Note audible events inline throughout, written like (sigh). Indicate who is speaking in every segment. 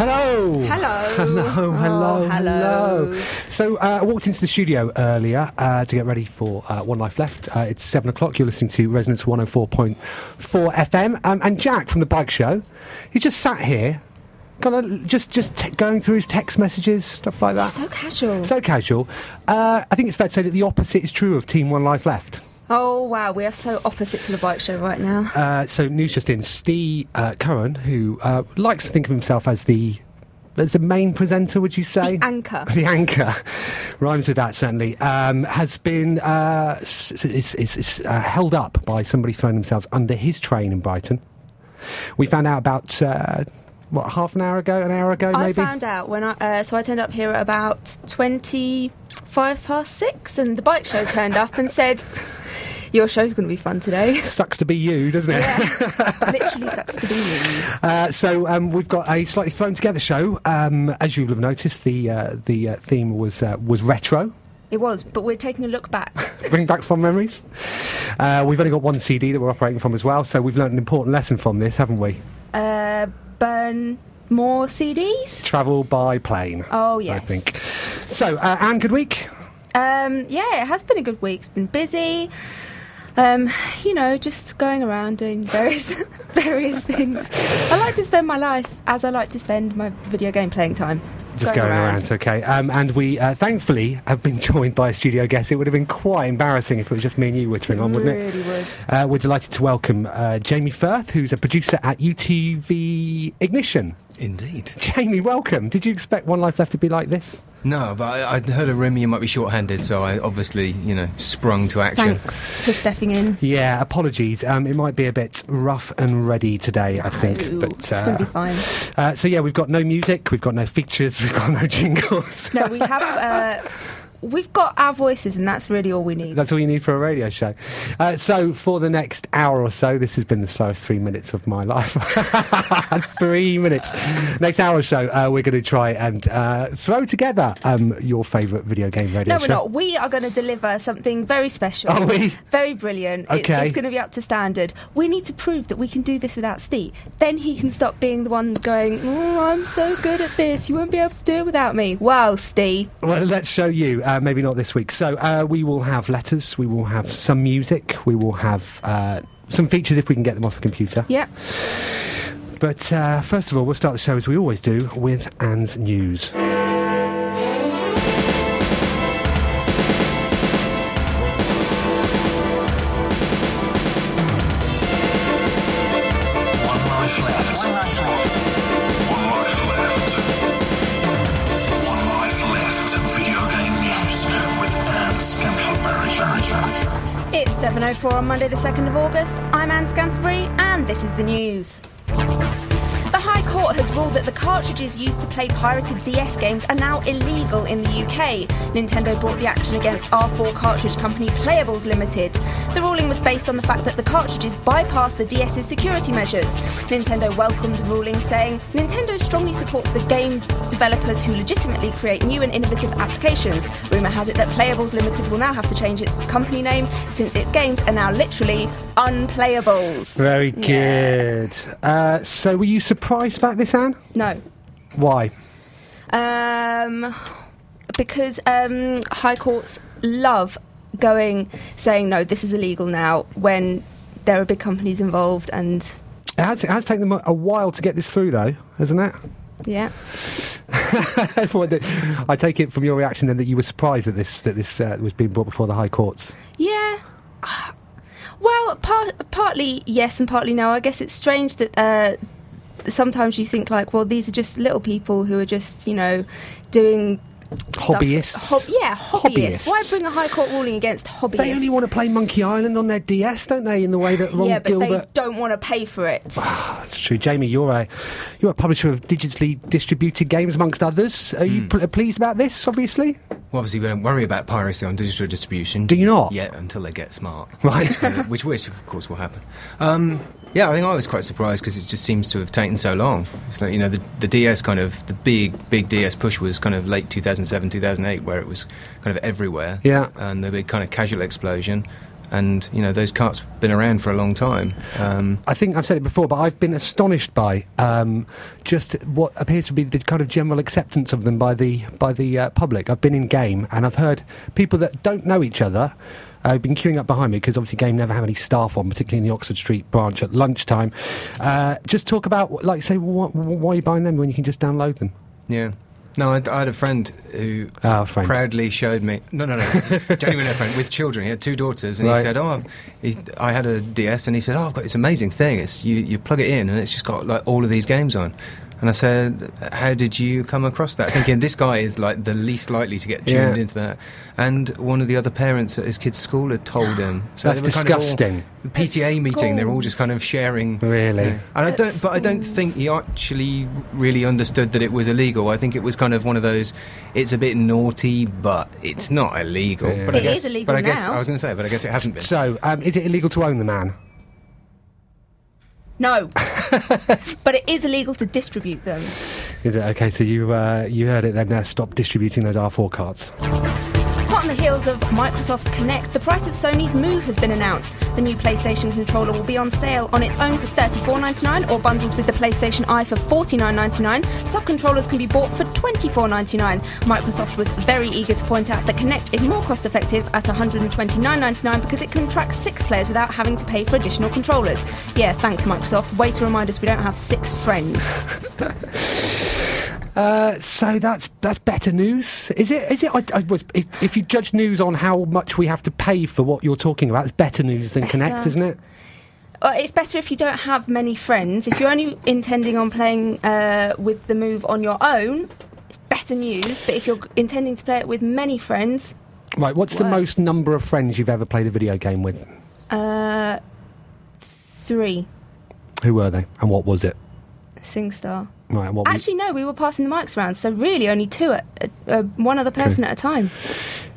Speaker 1: Hello.
Speaker 2: Hello.
Speaker 1: Hello, hello,
Speaker 2: Oh,
Speaker 1: hello.
Speaker 2: hello.
Speaker 1: So uh, I walked into the studio earlier uh, to get ready for uh, One Life Left. Uh, it's seven o'clock. You're listening to Resonance 104.4 FM. Um, and Jack from The Bike Show, he just sat here, kind of just, just te- going through his text messages, stuff like that.
Speaker 2: So casual.
Speaker 1: So casual. Uh, I think it's fair to say that the opposite is true of Team One Life Left.
Speaker 2: oh wow, we are so opposite to the bike show right now.
Speaker 1: Uh, so news just in: Steve uh, Curran, who uh, likes to think of himself as the as the main presenter, would you say?
Speaker 2: The anchor.
Speaker 1: The anchor rhymes with that certainly. Um, has been uh, s- s- is, is, is, uh, held up by somebody throwing themselves under his train in Brighton. We found out about uh, what half an hour ago, an hour ago,
Speaker 2: I
Speaker 1: maybe.
Speaker 2: found out when I uh, so I turned up here at about twenty five past six, and the bike show turned up and said, "Your show's going to be
Speaker 1: (laughs)
Speaker 2: fun today."
Speaker 1: Sucks to be you, doesn't it?
Speaker 2: Literally sucks to be you.
Speaker 1: Uh, so um, we've got a slightly thrown together show. Um, as you'll have noticed, the uh, the uh, theme was uh, was retro.
Speaker 2: It was, but we're taking a look back.
Speaker 1: bring back fond memories. Uh, we've only got one CD that we're operating from as well, so we've learned an important lesson from this, haven't we?
Speaker 2: Uh, burn more CDs.
Speaker 1: Travel by plane.
Speaker 2: Oh,
Speaker 1: I
Speaker 2: yes.
Speaker 1: think. So, uh, Anne, good week.
Speaker 2: Um, yeah, it has been a good week. It's been busy. Um, you know, just going around doing (laughs) various various things. I like to spend my life as I like to spend my video game playing time.
Speaker 1: Just going, around. okay. Um, and we uh, thankfully have been (laughs) joined by a studio guest. It would have been quite embarrassing if it was just me and you wittering on, wouldn't it?
Speaker 2: Really would.
Speaker 1: Uh, we're delighted to welcome uh, Jamie Firth, who's a producer at UTV Ignition.
Speaker 3: Indeed.
Speaker 1: Jamie, welcome. Did you expect One Life Left to be like this?
Speaker 3: No, but I, I'd heard a Remy might be short-handed, so I obviously, you know, sprung to action.
Speaker 2: Thanks for stepping in.
Speaker 1: Yeah, apologies. Um, it might be a bit rough and ready today, I think.
Speaker 2: Ooh,
Speaker 1: but
Speaker 2: it's going to be fine.
Speaker 1: Uh, so yeah, we've got no music, we've got no features, (laughs) we've got no jingles.
Speaker 2: No, we have. Uh, we've got our voices, and that's really all we need.
Speaker 1: That's all you need for a radio show. Uh, so for the next hour or so, this has been the slowest three minutes of my (laughs) life. three minutes. Next hour or so, uh, we're going to try and uh, throw together um, your favourite video game radio
Speaker 2: no,
Speaker 1: show.
Speaker 2: we're not. We are going to deliver something very special.
Speaker 1: Are we?
Speaker 2: Very brilliant. It-
Speaker 1: Okay.
Speaker 2: it's going to be up to standard. We need to prove that we can do this without Steve. Then he can stop being the one going, oh, I'm so good at this. You won't be able to do it without me. Wow, Steve.
Speaker 1: Well, let's show you. Uh, maybe not this week. So uh, we will have letters. We will have some music. We will have uh, some features if we can get them off the computer.
Speaker 2: Yep.
Speaker 1: But uh, first of all, we'll start the show as we always do with Anne's news.
Speaker 4: One life left. One life left. One life left. One life left. Video game news with Anne Scantleberry.
Speaker 2: It's 7.04 on Monday the 2nd of August. I'm Anne Scantlebury, and this is the news. The High Court has ruled that the cartridges used to play pirated DS games are now illegal in the UK. Nintendo brought the action against R4 cartridge company Playables Limited. The ruling was based on the fact that the cartridges bypassed the DS's security measures. Nintendo welcomed the ruling, saying, Nintendo strongly supports the game developers who legitimately create new and innovative applications. Rumour has it that Playables Limited will now have to change its company name since its games are now literally unplayables.
Speaker 1: Very
Speaker 2: Yeah.
Speaker 1: good. Uh, so, were you surprised about this, Anne?
Speaker 2: No.
Speaker 1: Why?
Speaker 2: Um, because um, high courts love going saying no, this is illegal now when there are big companies involved, and
Speaker 1: It has, it has taken them a- a while to get this through, though, hasn't it? (laughs)
Speaker 2: yeah,
Speaker 1: I take it from your reaction then that you were surprised that this that this uh, was being brought before the high courts.
Speaker 2: yeah. Well, par- partly yes and partly no. I guess it's strange that uh, sometimes you think like, well, these are just little people who are just you know doing. stuff-
Speaker 1: Hobbyists.
Speaker 2: Hob- yeah, hobbyists.
Speaker 1: Hobbyists.
Speaker 2: Why bring a high court ruling against hobbyists?
Speaker 1: They only want to play Monkey Island on their DS, don't they? In the way that Ron
Speaker 2: yeah, but
Speaker 1: Gilbert.
Speaker 2: they don't want to pay for it.
Speaker 1: That's true, Jamie. You're a you're a publisher of digitally distributed games, amongst others. Are you pl- pleased about this? Obviously,
Speaker 3: Well, obviously, we don't worry about piracy on digital distribution.
Speaker 1: Do you not?
Speaker 3: Yet, until they get smart.
Speaker 1: Right.
Speaker 3: (laughs) Uh, which, which, of course, will happen. Um, yeah, I think I was quite surprised because it just seems to have taken so long. It's like, you know, the, the DS kind of, the big, big DS push was kind of late 2007, 2008, where it was kind of everywhere.
Speaker 1: Yeah.
Speaker 3: And the big kind of casual explosion. And, you know, those carts have been around for a long time. Um,
Speaker 1: I think I've said it before, but I've been astonished by um, just what appears to be the kind of general acceptance of them by the by the uh, public. I've been in game and I've heard people that don't know each other. uh, have been queuing up behind me because obviously game never have any staff on, particularly in the Oxford Street branch at lunchtime. Uh, just talk about, like, say, wh- wh- why are you buying them when you can just download them?
Speaker 3: Yeah. No, I, I had a friend who
Speaker 1: Ah, friend.
Speaker 3: proudly showed me. No, no, no.
Speaker 1: (laughs)
Speaker 3: this is genuine a friend with children. He had two daughters, and
Speaker 1: Right.
Speaker 3: he said, "Oh, I've, he, I had a DS," and he said, "Oh, I've got this amazing thing. It's you, you plug it in, and it's just got like all of these games on." And I said, "How did you come across that?" Thinking this guy is like the least likely to get tuned
Speaker 1: Yeah.
Speaker 3: into that. And one of the other parents at his kid's school
Speaker 1: (gasps)
Speaker 3: had told him. So
Speaker 1: That's
Speaker 3: they were kind of all-
Speaker 1: disgusting.
Speaker 3: the PTA meeting. They're all just kind of sharing.
Speaker 1: Really?
Speaker 3: Yeah. And I
Speaker 2: At
Speaker 3: don't, but I don't think he actually really understood that it was illegal. I think it was kind of one of those. It's a bit naughty, but it's not illegal.
Speaker 1: Yeah.
Speaker 3: But I
Speaker 2: It is
Speaker 3: guess,
Speaker 2: illegal
Speaker 3: But I guess
Speaker 2: now.
Speaker 3: I was going to say, but I guess it hasn't been.
Speaker 1: So, um, is it illegal to own the man?
Speaker 2: No. (laughs) but it is illegal to distribute them.
Speaker 1: Is it okay? So you uh, you heard it then? Uh, stop distributing those R4 cards.
Speaker 2: Hot on the heels of Microsoft's Kinect, the price of Sony's Move has been announced. The new PlayStation controller will be on sale on its own for $34.99 or bundled with the PlayStation Eye for $49.99. Subcontrollers can be bought for $24.99. Microsoft was very eager to point out that Kinect is more cost effective at $129.99 because it can track six players without having to pay for additional controllers. Yeah, thanks, Microsoft. Way to remind us we don't have six friends.
Speaker 1: Uh, so that's that's better news, is it? Is it? I, I was, if, if you judge news on how much we have to pay for what you're talking about, it's better news than Connect,
Speaker 2: better.
Speaker 1: isn't it?
Speaker 2: Uh, it's better if you don't have many friends. If you're only intending on playing uh, with the move on your own, it's better news. But if you're g- intending to play it with many friends,
Speaker 1: Right. What's the
Speaker 2: worse.
Speaker 1: most number of friends you've ever played a video game with?
Speaker 2: uh, three
Speaker 1: Who were they, and what was it?
Speaker 2: SingStar.
Speaker 1: Right. and What were you-
Speaker 2: Actually, no, we were passing the mics around, so really only two, at, at, uh, one other person at a time.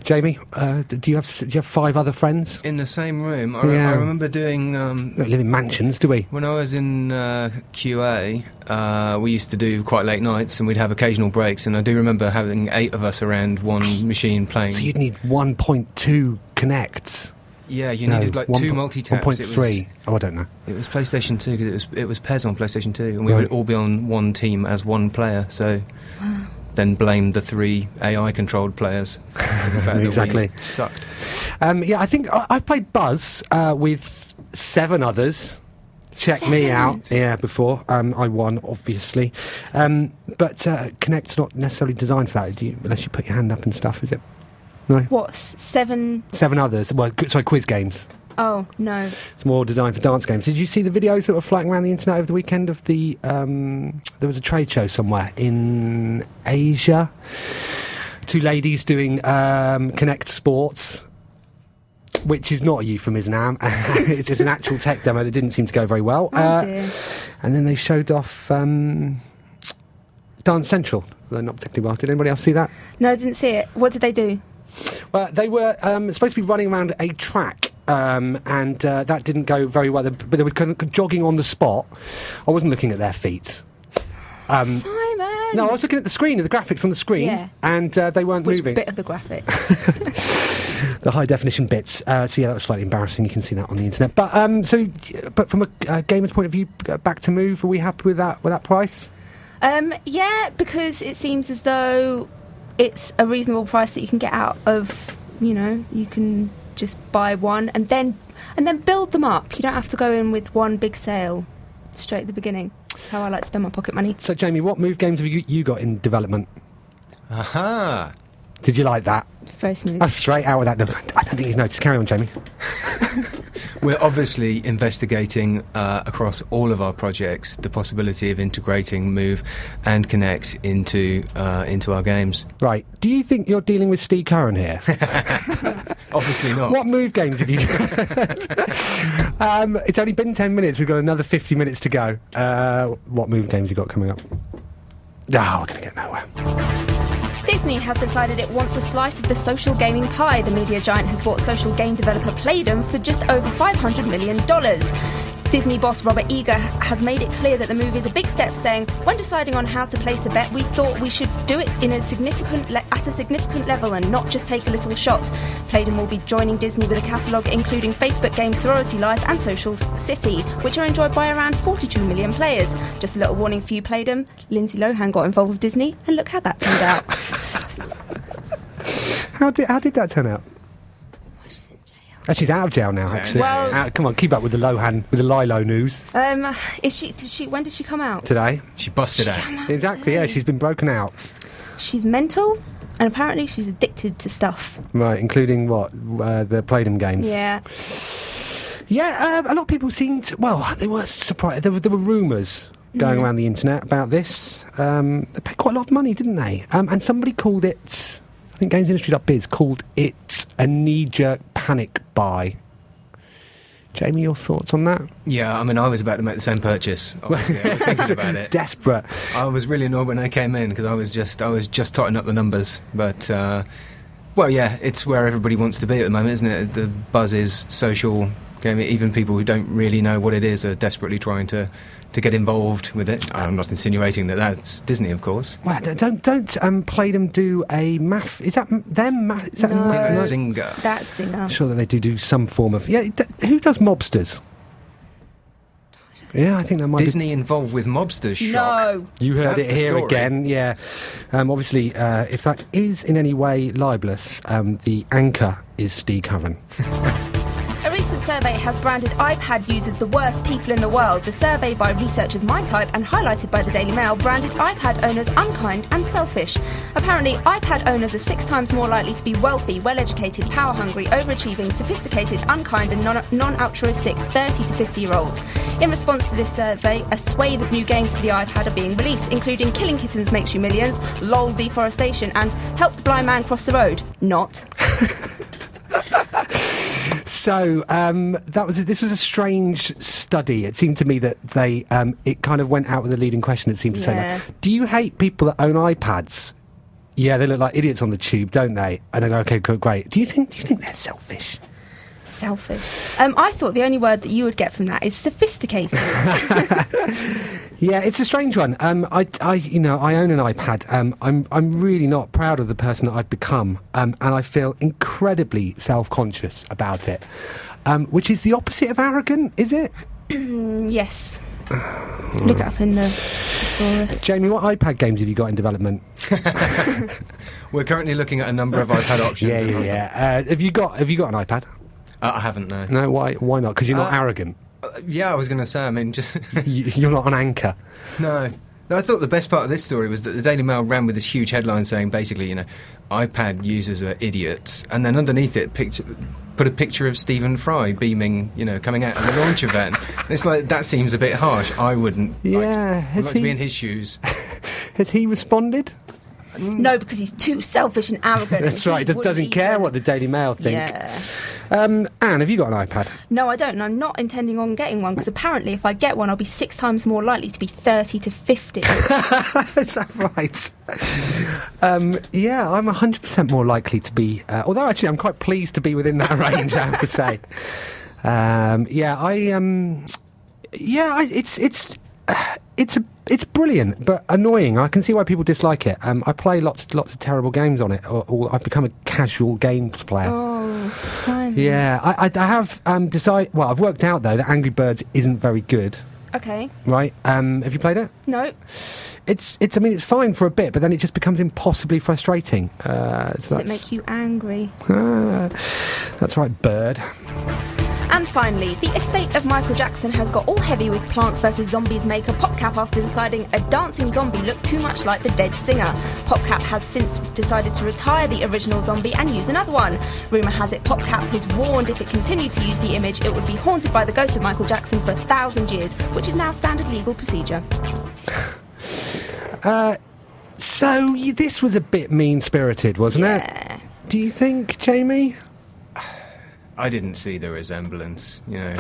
Speaker 1: Jamie, uh, d- do you have s- do you have five other friends?
Speaker 3: In the same room, I, re-
Speaker 1: Yeah.
Speaker 3: I remember doing um,
Speaker 1: We don't live in mansions, do we?
Speaker 3: When I was in uh, QA, uh, we used to do quite late nights and we'd have occasional breaks. And I do remember having eight of us around one machine playing.
Speaker 1: So you'd need 1.2 Connects.
Speaker 3: yeah, you needed like two multi taps.
Speaker 1: 1.3. Oh, I don't know.
Speaker 3: It was PlayStation 2 because it was, it was PES on PlayStation 2. And we
Speaker 1: Right.
Speaker 3: would all be on one team as one player. So then blame the three AI controlled players. for the fact that we
Speaker 1: Exactly.
Speaker 3: sucked.
Speaker 1: Um, yeah, I think I, I've played Buzz uh, with seven others. Check me out. Yeah, before um, I won, obviously. Um, but uh, Connect's not necessarily designed for that, do you, unless you put your hand up and stuff, is it? No.
Speaker 2: What, s- seven
Speaker 1: Seven others. Well, qu- sorry, quiz games.
Speaker 2: oh no.
Speaker 1: It's more designed for dance games. Did you see the videos that were flying around the internet over the weekend of the? Um, there was a trade show somewhere in Asia. Two ladies doing um, Connect Sports. which is not a euphemism. (laughs) Am. it is an actual tech demo that didn't seem to go very well. Uh,
Speaker 2: Oh, dear.
Speaker 1: and then they showed off um, Dance Central. Though not particularly well. Did anybody else see that?
Speaker 2: No, I didn't see it. What did they do?
Speaker 1: Well, they were um, supposed to be running around a track. Um, and uh, that didn't go very well. They- But they were kind of jogging on the spot. I wasn't looking at their feet. Um,
Speaker 2: Simon.
Speaker 1: no, I was looking at the screen, at the graphics on the screen,
Speaker 2: Yeah.
Speaker 1: and uh, they weren't
Speaker 2: Which
Speaker 1: moving.
Speaker 2: bit of the graphic?
Speaker 1: the high definition bits. Uh, so yeah, that was slightly embarrassing. You can see that on the internet. But um, so, but from a uh, gamer's point of view, uh, back to move. Are we happy with that? With that price?
Speaker 2: um, yeah, because it seems as though it's a reasonable price that you can get out of. You know, you can just buy one and then and then build them up. You don't have to go in with one big sale straight at the beginning. That's how I like to spend my pocket money.
Speaker 1: So Jamie, what move games have you, you got in development?
Speaker 3: Aha!
Speaker 1: Did you like that?
Speaker 2: Very smooth.
Speaker 1: That's straight out of that. I don't think he's noticed. Carry on, Jamie.
Speaker 3: We're obviously investigating uh, across all of our projects the possibility of integrating Move and Connect into uh, into our games.
Speaker 1: Right. Do you think you're dealing with Steve Curran here?
Speaker 3: Obviously not.
Speaker 1: what move games have you got? um, it's only been 10 minutes. We've got another 50 minutes to go. Uh, what move games have you got coming up? Ah, we're going to get nowhere.
Speaker 2: Disney has decided it wants a slice of the social gaming pie. The media giant has bought social game developer Playdom for just over $500 million. Disney boss Robert Eager has made it clear that the move is a big step, saying, "When deciding on how to place a bet, we thought we should do it in a significant le- at a significant level and not just take a little shot." Playdom will be joining Disney with a catalogue including Facebook game Sorority Life and Social S- City, which are enjoyed by around 42 million players. Just a little warning for you, Playdom. Lindsay Lohan got involved with Disney, and look how that turned out.
Speaker 1: How did, how did that turn out? Oh, she's out of jail now, actually.
Speaker 2: Well-
Speaker 1: Out- come on, keep up with the Lohan, with the Lilo news
Speaker 2: Um, is she? Did she? When did she come out?
Speaker 1: today.
Speaker 3: She busted out.
Speaker 2: Oh,
Speaker 1: Exactly, yeah, she's been broken out.
Speaker 2: She's mental, and apparently she's addicted to stuff.
Speaker 1: Right, including what? Uh, the Playdom games.
Speaker 2: Yeah.
Speaker 1: Yeah, um, a lot of people seemed, to, well, they were surprised. There were, there were rumours going around the internet about this. Um, they paid quite a lot of money, didn't they? Um, and somebody called it, I think GamesIndustry.biz called it a knee jerk panic buy. Jamie, your thoughts on that?
Speaker 3: Yeah, I mean, I was about to make the same purchase. Obviously, I
Speaker 1: (laughs)
Speaker 3: was thinking about it.
Speaker 1: Desperate.
Speaker 3: I was really annoyed when I came in because I was just I was just totting up the numbers. But uh, well, yeah, it's where everybody wants to be at the moment, isn't it? The buzz is social. Game. Even people who don't really know what it is are desperately trying to to get involved with it. I'm not insinuating that that's Disney, of course.
Speaker 1: Wow, don't don't, don't um, play them do a math. Is that m- them? Math, is that
Speaker 2: No.
Speaker 1: math?
Speaker 2: Uh,
Speaker 3: Singer.
Speaker 2: That singer.
Speaker 1: I'm sure that they do do some form of. Yeah, th- who does mobsters? Yeah, I think that might be
Speaker 3: Disney involved with mobsters. Shock.
Speaker 2: No.
Speaker 1: You heard
Speaker 3: That's
Speaker 1: it
Speaker 3: the
Speaker 1: here
Speaker 3: story.
Speaker 1: again, yeah. Um, obviously, uh, if that is in any way libelous, um, the anchor is Steve Curran.
Speaker 2: A recent survey has branded iPad users the worst people in the world. The survey by researchers MyType and highlighted by the Daily Mail branded iPad owners unkind and selfish. Apparently, iPad owners are six times more likely to be wealthy, well educated, power hungry, overachieving, sophisticated, unkind, and non altruistic 30 to 50 year olds. In response to this survey, a swathe of new games for the iPad are being released, including Killing Kittens Makes You Millions, LOL Deforestation, and Help the Blind Man Cross the Road. Not.
Speaker 1: So um, that was this was a strange study. It seemed to me that they um, it kind of went out with a leading question. It seemed to
Speaker 2: Yeah.
Speaker 1: say, like, "Do you hate people that own iPads?" Yeah, they look like idiots on the tube, don't they? And I go, "Okay, cool, great." Do you think do you think they're selfish?
Speaker 2: Selfish. Um, I thought the only word that you would get from that
Speaker 1: (laughs)
Speaker 2: is sophisticated.
Speaker 1: Yeah, it's a strange one. Um, I, I, you know, I own an iPad. Um, I'm, I'm really not proud of the person that I've become, um, and I feel incredibly self-conscious about it, um, which is the opposite of arrogant, is it?
Speaker 2: Mm, yes. Look it up in the thesaurus.
Speaker 1: Jamie, what iPad games have you got in development?
Speaker 3: We're currently looking at a number of iPad
Speaker 1: (laughs)
Speaker 3: options.
Speaker 1: Yeah, yeah,
Speaker 3: across the-
Speaker 1: yeah. Uh, have you got Have you got an iPad?
Speaker 3: Uh, I haven't. No.
Speaker 1: No, why? Why not? Because you're not
Speaker 3: Uh,
Speaker 1: arrogant.
Speaker 3: Uh, yeah, I was going to say. I mean, just (laughs)
Speaker 1: You, you're not an anchor.
Speaker 3: No. No, I thought the best part of this story was that the Daily Mail ran with this huge headline saying basically, you know, iPad users are idiots, and then underneath it, picture, put a picture of Stephen Fry beaming, you know, coming out of the launch event. It's like that seems a bit harsh. I wouldn't.
Speaker 1: Yeah,
Speaker 3: like, I'd
Speaker 1: has
Speaker 3: like to
Speaker 1: he-
Speaker 3: be in his shoes.
Speaker 1: Has he responded? Mm.
Speaker 2: No, because he's too selfish and arrogant.
Speaker 1: That's right. He just doesn't care what the Daily Mail think.
Speaker 2: Yeah.
Speaker 1: Um, Anne, have you got an iPad?
Speaker 2: No, I don't, and I'm not intending on getting one because apparently, if I get one, I'll be six times more likely to be 30
Speaker 1: (laughs)
Speaker 2: to 50.
Speaker 1: Is that right? Um, yeah, I'm 100% more likely to be, uh, although actually I'm quite pleased to be within that (laughs) range, I have to say. Um, yeah, I, um, yeah, I, it's, it's, (sighs) uh, it's a, it's brilliant, but annoying. I can see why people dislike it. Um, I play lots, lots of terrible games on it, or, or I've become a casual games player.
Speaker 2: oh, Simon.
Speaker 1: Yeah, I, I, I have um, decided. Well, I've worked out though that Angry Birds isn't very good,
Speaker 2: Okay.
Speaker 1: right? Um, have you played it?
Speaker 2: No.
Speaker 1: It's, it's. I mean, it's fine for a bit, but then it just becomes impossibly frustrating. Uh, so
Speaker 2: Does it
Speaker 1: that's
Speaker 2: make you angry?
Speaker 1: Ah, that's right, bird.
Speaker 2: And finally, the estate of Michael Jackson has got all heavy with Plants vs. Zombies maker PopCap after deciding a dancing zombie looked too much like the dead singer. PopCap has since decided to retire the original zombie and use another one. Rumour has it PopCap was warned if it continued to use the image, it would be haunted by the ghost of Michael Jackson for a thousand years, which is now standard legal procedure.
Speaker 1: So y- this was a bit mean spirited, wasn't
Speaker 2: Yeah.
Speaker 1: it? Do you think, Jamie?
Speaker 3: I didn't see the resemblance,
Speaker 1: (laughs)
Speaker 3: you know.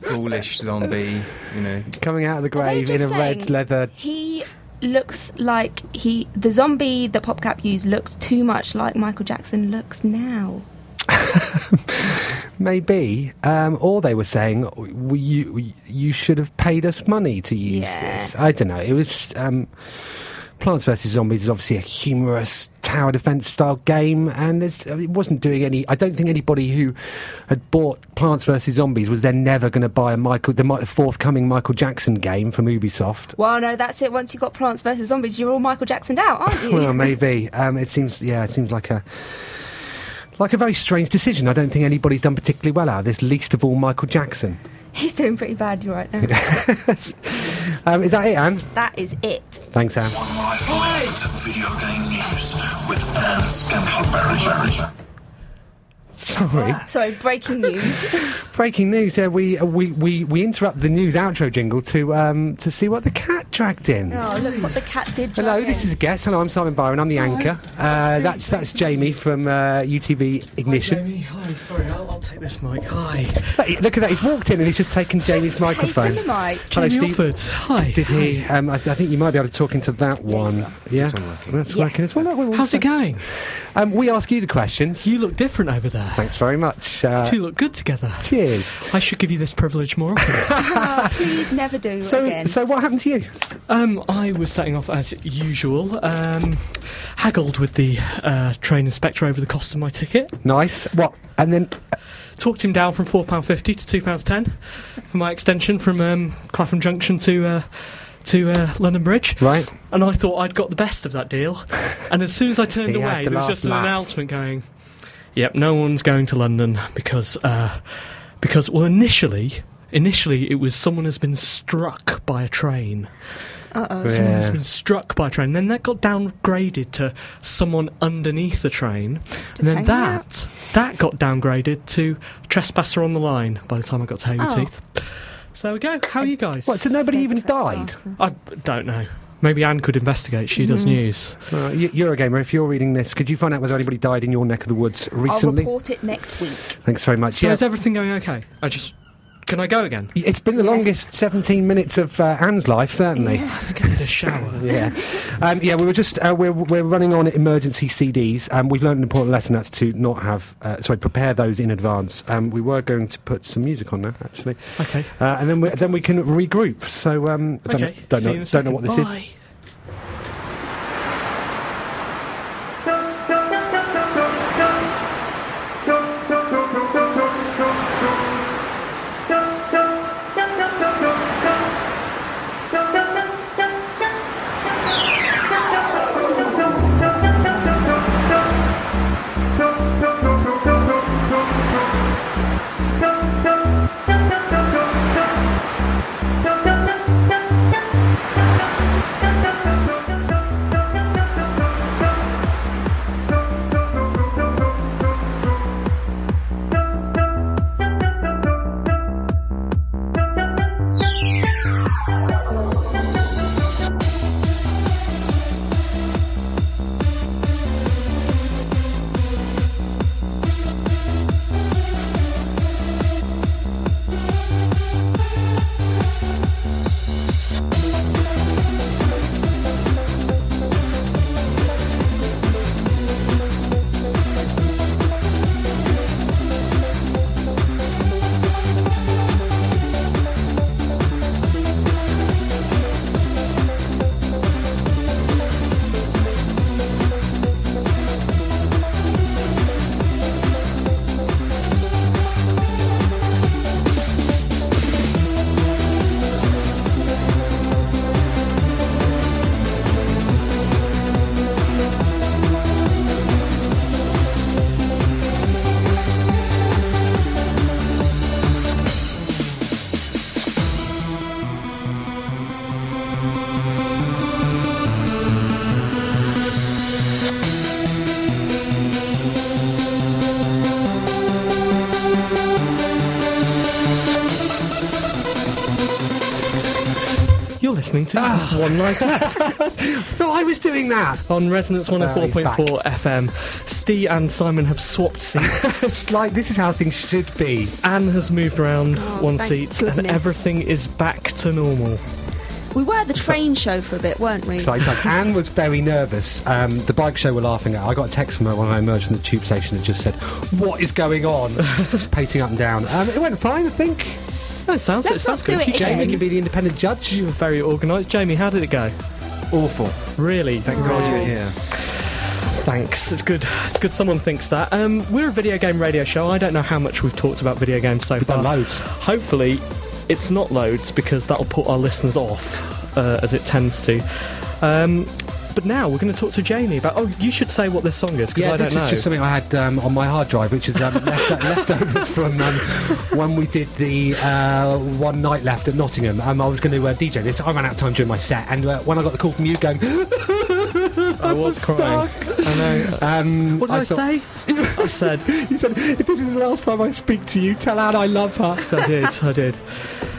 Speaker 3: Foolish zombie, you know.
Speaker 1: Coming out of the
Speaker 2: Are they
Speaker 1: grave in
Speaker 2: just
Speaker 1: a red
Speaker 2: saying
Speaker 1: leather.
Speaker 2: He looks like he the zombie that PopCap used looks too much like Michael Jackson looks now.
Speaker 1: Maybe, um, or they were saying we, you we- you should have paid us money to use
Speaker 2: Yeah.
Speaker 1: this. I don't know. It was um, Plants vs Zombies is obviously a humorous tower defense style game, and it's, it wasn't doing any. I don't think anybody who had bought Plants vs Zombies was then never going to buy a Michael the mi- forthcoming Michael Jackson game from Ubisoft.
Speaker 2: Well, no, that's it. Once you've got Plants vs Zombies, you're all Michael Jacksoned out, aren't you? (laughs)
Speaker 1: Well, maybe um, it seems. Yeah, it seems like a. Like a very strange decision. I don't think anybody's done particularly well out of this, least of all Michael Jackson.
Speaker 2: He's doing pretty bad right now.
Speaker 1: Um, is that it, Anne?
Speaker 2: (laughs) that is it.
Speaker 1: Thanks, Anne.
Speaker 4: One Life Left Video Game News with Anne Scantleberry.
Speaker 1: Sorry.
Speaker 2: Sorry, breaking news.
Speaker 1: Breaking news. Yeah, we, uh, we we we interrupt the news outro jingle to um to see what the cat dragged in.
Speaker 2: (laughs) oh, look what the cat did.
Speaker 1: Hello,
Speaker 2: drag
Speaker 1: this
Speaker 2: in.
Speaker 1: is a guest. Hello, I'm Simon Byron. I'm the anchor. Uh, that's that's Jamie from uh, UTV Ignition.
Speaker 5: Hi, sorry, I'll, I'll take this mic. Hi.
Speaker 1: Look, look at that. He's walked in and he's just taken Jamie's
Speaker 2: Just
Speaker 1: microphone.
Speaker 2: taking the mic.
Speaker 1: Hello, Steve.
Speaker 5: Hi.
Speaker 1: Did he? Um, I, I think you might be able to talk into that one. Yeah,
Speaker 3: this one working?
Speaker 1: that's
Speaker 2: Yeah.
Speaker 1: working. It's well, that one
Speaker 5: How's
Speaker 1: also-
Speaker 5: it going?
Speaker 1: Um, we ask you the questions.
Speaker 5: You look different over there.
Speaker 1: Thanks very much. Uh,
Speaker 5: You two look good together.
Speaker 1: cheers.
Speaker 5: I should give you this privilege
Speaker 1: (laughs)
Speaker 5: more often.
Speaker 2: Oh, please never do
Speaker 1: So,
Speaker 2: again.
Speaker 1: so what happened to you?
Speaker 5: um, I was setting off as usual, um, haggled with the uh, train inspector over the cost of my ticket,
Speaker 1: Nice. What? And then
Speaker 5: talked him down from £4.50 to £2.10 for my extension from um, Clapham Junction to. Uh, to uh, London Bridge,
Speaker 1: Right.
Speaker 5: And I thought I'd got the best of
Speaker 1: (laughs)
Speaker 5: that deal. And as soon as I turned
Speaker 1: He had
Speaker 5: away,
Speaker 1: the
Speaker 5: there was
Speaker 1: last
Speaker 5: just an
Speaker 1: laugh.
Speaker 5: announcement going, Yep, no one's going to London because uh, because well initially initially it was someone has been struck by a train. Oh, Someone has
Speaker 1: Yeah.
Speaker 5: been struck by a train. Then that got downgraded to someone underneath the train. and then
Speaker 2: hanging
Speaker 5: that
Speaker 2: out.
Speaker 5: that got downgraded to trespasser on the line by the time I got to
Speaker 2: Oh.
Speaker 5: Hayward So there we go. How are you guys?
Speaker 1: What? So nobody even died.
Speaker 5: I don't know. Maybe Anne could investigate. She does
Speaker 2: Mm-hmm.
Speaker 5: news.
Speaker 1: Uh, you- you're a gamer. If you're reading this, could you find out whether anybody died in your neck of the woods
Speaker 2: I'll
Speaker 1: recently?
Speaker 2: report it next week.
Speaker 1: Thanks very much.
Speaker 5: So
Speaker 1: Yeah.
Speaker 5: is everything going okay? I just can I go (laughs) again?
Speaker 1: it's been the longest 17 minutes of uh, Anne's life, certainly.
Speaker 5: I think I need a (laughs) shower.
Speaker 1: Yeah, um, yeah. We were just uh, we're we're running on emergency CDs. Um, we've learned an important lesson that's to not have uh, sorry prepare those in advance. Um, we were going to put some music on now, actually.
Speaker 5: Okay.
Speaker 1: Uh, and then we, then we can regroup. So um, I don't,
Speaker 5: Okay.
Speaker 1: don't
Speaker 5: see you
Speaker 1: know
Speaker 5: in a
Speaker 1: don't know
Speaker 5: second.
Speaker 1: what this is.
Speaker 5: Bye.
Speaker 6: Thank
Speaker 5: listening to (laughs) One Life Left
Speaker 1: No, I was doing that.
Speaker 5: on Resonance
Speaker 1: Oh, he's back.
Speaker 5: 104.4 FM. Steve and Simon have swapped (laughs) seats.
Speaker 1: It's like this is how things should be.
Speaker 5: Anne has moved around
Speaker 2: Oh,
Speaker 5: one
Speaker 2: thank
Speaker 5: seat, and
Speaker 2: goodness. Oh,
Speaker 5: everything is back to normal.
Speaker 2: We were the train show for a bit, weren't we?
Speaker 1: Exciting times. Anne was very nervous. Um, the bike show were laughing at. her. I got a text from her when I emerged from the tube station that just said, "What is going on?" She's pacing up and down. Um, it went fine, I think.
Speaker 5: No, it sounds, it
Speaker 2: Let's
Speaker 5: sounds
Speaker 2: not
Speaker 5: good.
Speaker 2: do it
Speaker 1: Jamie
Speaker 2: again.
Speaker 1: can be the independent judge.
Speaker 5: You were very organised. Jamie, how did it go?
Speaker 3: Awful.
Speaker 5: Really?
Speaker 3: Thank God you're here.
Speaker 5: Thanks. It's good. It's good. Someone thinks that. Um, we're a video game radio show. I don't know how much we've talked about video games so far.
Speaker 1: done loads.
Speaker 5: Hopefully, it's not loads because that'll put our listeners off, uh, as it tends to. Um, but now we're going to talk to Jamie about. Oh, you should say what this song is because
Speaker 1: Yeah,
Speaker 5: I
Speaker 1: this
Speaker 5: don't know.
Speaker 1: is just something I had um, on my hard drive, which is um, left, left over from um, when we did the uh, one night left at Nottingham. Um, I was going to uh, DJ this. I ran out of time during my set, and uh, when I got the call from you going,
Speaker 5: I was crying. I know.
Speaker 1: um,
Speaker 5: What did I,
Speaker 1: thought- (laughs)
Speaker 5: say? I said.
Speaker 1: You said, if this is the last time I speak to you, tell Anne I love her.
Speaker 5: I did. I did.